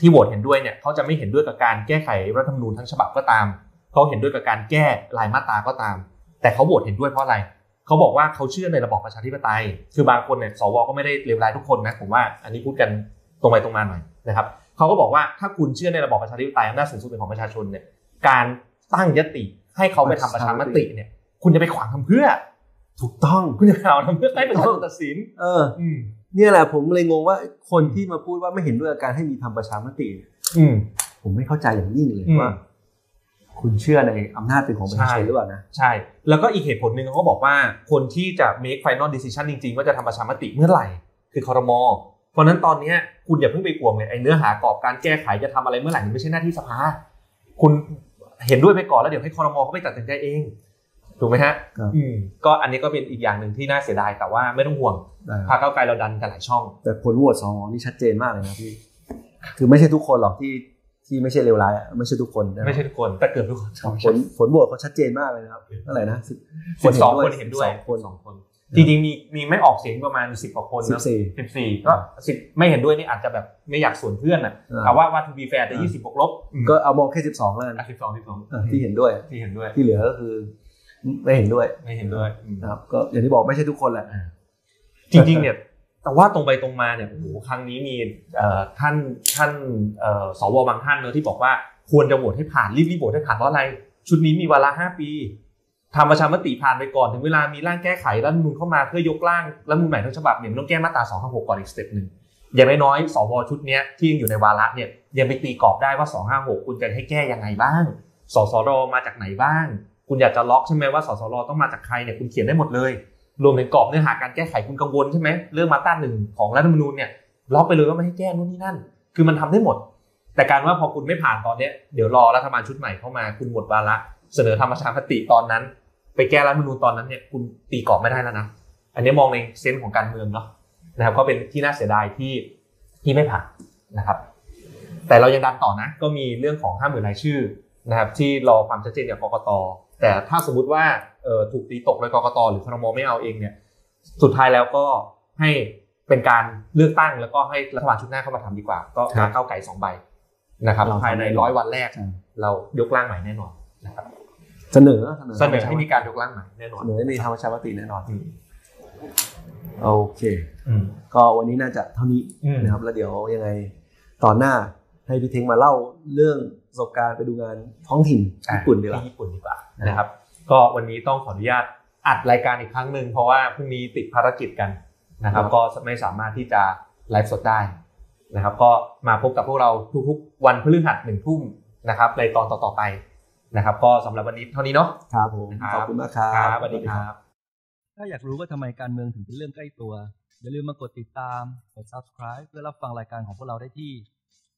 S2: ที่โหวตเห็นด้วยเนี่ยเขาจะไม่เห็นด้วยกับการแก้ไขรัฐธรรมนูญทั้งฉบับก็ตามเขาเห็นด้วยกับการแก้รายมาตราก็ตาม แต่เขาโหวตเห็นด้วยเพราะอะไรเขาบอกว่าเขาเชื่อในระบอบประชาธิปไตย คือบางคนเนี่ยสวก็ไม่ได้เลวร้ายทุกคนนะผมว่าอันนี้พูดกันตรงไปตรงมาหน่อยนะครับเขาก็บอกว่าถ้าคุณเชื่อในระบอบประชาธิปไตยอำนาจสูงสุดเป็นของประชาชนเนี่ยการตั้งยติให้เขาไปทำประชามติเนี่ยคุณจะไปขวางทำเพื่อ
S1: ถูกต้อง
S2: คุณจะไปเอาทำเพื่อให้ประชาชนตัดสิน
S1: เออ
S2: อืม
S1: เนี่ยแหละผมเลยงงว่าคนที่มาพูดว่าไม่เห็นด้วยกับการให้มีทำประชามติ
S2: อืม
S1: ผมไม่เข้าใจอย่างยิ่งเลย
S2: อืม
S1: ว่า คุณเชื่อในอำนาจเป็นของประชาช
S2: ใช่
S1: นหรือเปล่านะ
S2: ใช่ แล้วก็อีกเหตุผลหนึ่งเขาก็บอกว่าคนที่จะ make final decision จริงๆ ว่าจะทำประชามติเมื่อไหร่ คือคอรมอเพราะฉะนั้นตอนเนี้ยคุณอย่าเพิ่งไปกวงเลยไอ้เนื้อหากรอบการแก้ไขจะทำอะไรเมื่อไหร่มันไม่ใช่หน้าที่สภา คุณเห็นด้วยไปก่อนแล้วเดี๋ยวให้คอรมอเขาไปตัดสินใจเองถูกไหมฮะ
S1: ครับ
S2: อืมก็อันนี้ก็เป็นอีกอย่างหนึ่งที่น่าเสียดายแต่ว่าไม่ต้องห่วง
S1: ได้
S2: พรรคก้าวไกลเราดันกันหลายช่อง
S1: แต่ผลโหวตสองนี่ชัดเจนมากเลยนะพี่คือไม่ใช่ทุกคนหรอกที่ที่ไม่ใช่เลวร้ายอะไม่ใช่ทุกคนนะ
S2: ไม่ใช่ทุกคนแต่เกือบทุกคน
S1: ผลผลโหวตเขาชัดเจนมากเลยนะครับเท่าไหร่นะสิบ
S2: สิบสองคนเห็นด้วย
S1: สิบสองคน
S2: สองคนจริงๆมีมีไม่ออกเสียงประมาณสิบกว่าคน
S1: สิ
S2: นะ
S1: บสี่
S2: สิบสี่ก็สิบไม่เห็นด้วยนี่อาจจะแบบไม่อยากสวนเพื่อนอ่ะ
S1: อ่า
S2: เอาว่าว่าทูบีแฟร์แต่ยี่สิบบวกลบ
S1: ก็เอามองแค่สิบสองแล้วกัน
S2: สิบสองสิบสอง
S1: เออที่เห็นด้วย
S2: ที่เห็นด้วย
S1: ที่เหลือก็คือ ไม่เห็นด้วย
S2: ไม่เห็นด้วยอืม
S1: นะครับ ก็อย่างที่บอกไม่ใช่ทุกคนแหละ
S2: อ่าจริงๆเนี่ย แต่ว่าตรงไปตรงมาเนี่ยโอ้โหครั้งนี้มีเอ่อท่านท่านเอ่อสวบางท่านเนอะที่บอกว่าควรจะโหวตให้ผ่านรีบรีบโหวตให้ผ่านเพราะอะไร ชุดนี้มีเวลาห้าปีทำประชามติผ่านไปก่อนถึงเวลามีร่างแก้ไขรัฐธรรมนูลเข้ามาเพื่อยกร่างรัฐธรรมนูลใหม่ทั้งฉบับเนี่ยมันต้องแก้มาตรา2 5 6ก่อนอีกสเต็ปหนึ่ง อย่างน้อยๆสวชุดเนี้ยที่ยังอยู่ในวาระเนี่ยยังไปตีกรอบได้ว่า 256 คุณจะให้แก้ยังไงบ้าง สสรมาจากไหนบ้าง คุณอยากจะล็อกใช่ไหมว่าสสรต้องมาจากใครเนี่ยคุณเขียนได้หมดเลย รวมถึงกรอบเนื้อหาการแก้ไขคุณกังวลใช่ไหมเรื่องมาตราหนึ่งของรัฐธรรมนูญเนี่ยล็อกไปเลยว่าไม่ให้แก้นู่นนี่นั่น คือมันทำได้หมด แต่การว่าพอคุณไม่ผ่านตอนเนี้ยเดี๋ยวรอรัฐบาลชุดใหม่เข้ามาคุณหมดวาระเสนอธรรมชามติตอนนั้น ไปแก้รัฐธรรมนูญตอนนั้นเนี่ยคุณตีกรอบไม่ได้แล้วนะอันนี้มองในเซนส์ของการเมืองเนาะ นะครับก็เป็นที่น่าเสียดายที่ที่ไม่ผ่านนะครับ แต่เรายังดันต่อนะ ก็มีเรื่องของห้าหมื่นรายชื่อนะครับ ที่รอความชัดเจนจากกกตแต่ถ้าสมมติว่าเอ่อถูกตีตกโดยกกตหรือครมไม่เอาเองเนี่ยสุดท้ายแล้วก็ให้เป็นการเลือกตั้งแล้วก็ให้รัฐบาลชุดหน้าเข้ามาทำดีกว่า ก็
S1: ครับ
S2: ก้าวไก่สองใบนะครับ
S1: เราทำ
S2: ภายใน
S1: ได้
S2: ร้อยวันแรก
S1: ใช่
S2: เรายกร่างใหม่แน่นอนนะครับ
S1: เสนอ
S2: เสนอให้มีการยกร่างใหม่แน่นอ
S1: เส
S2: น
S1: นอให้มีทำประชามติแน่นอน
S2: อืม
S1: โอเค
S2: อืม
S1: ก็วันนี้น่าจะเท่านี้
S2: อืม
S1: นะครับแล้วเดี๋ยวยังไงตอนหน้าให้พี่เทงมาเล่าเรื่องประสบการณ์ไปดูงานท้องถิ่นญี่ปุ่นดีกว่า
S2: ที่ญี่ปุ่นดีกว่านะครับ ก็วันนี้ต้องขออนุญาตอัดรายการอีกครั้งหนึ่งเพราะว่าพรุ่งนี้ติดภารกิจกันนะครับ
S1: ครับ
S2: ก็ไม่สามารถที่จะไลฟ์สดได้นะครับ ก็มาพบกับพวกเราทุกๆ วันพฤหัสหนึ่งทุ่มนะครับในตอนต่อๆไปนะครับ ก็สำหรับวันนี้เท่านี้เนาะ
S1: ครับผม
S2: ครับ
S1: ขอบคุณมากครับ
S2: สวัสดีครับ
S3: ถ้าอยากรู้ว่าทำไมการเมืองถึงเป็นเรื่องใกล้ตัว อย่าลืมมากดติดตาม กด subscribe เพื่อรับฟังรายการของพวกเราได้ที่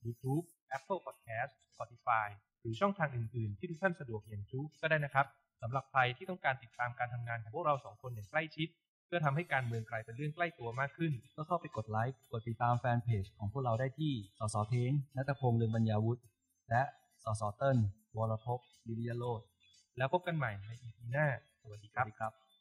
S3: YouTube
S2: Apple Podcast Spotify หรือช่องทางอื่นๆ ที่ทุกท่านสะดวกอย่างทุกก็ได้นะครับสำหรับใครที่ต้องการติดตามการทำงานของพวกเราสองคนอย่างใกล้ชิด เพื่อทำให้การเมืองกลายเป็นเรื่องใกล้ตัวมากขึ้น
S1: ก็เข้าไปกดไลค์ กดติดตามแฟนเพจของพวกเราได้ที่สสเท้งนัตพงษ์เรืองบรรยาวุฒิและสสเติ้ลวรภพวิริยโรธ
S2: แล้วพบกันใหม่ใน EP หน้า สวัสดี
S1: ส
S2: ค
S1: วั
S2: รั
S1: ส
S2: บ
S1: ดีครับ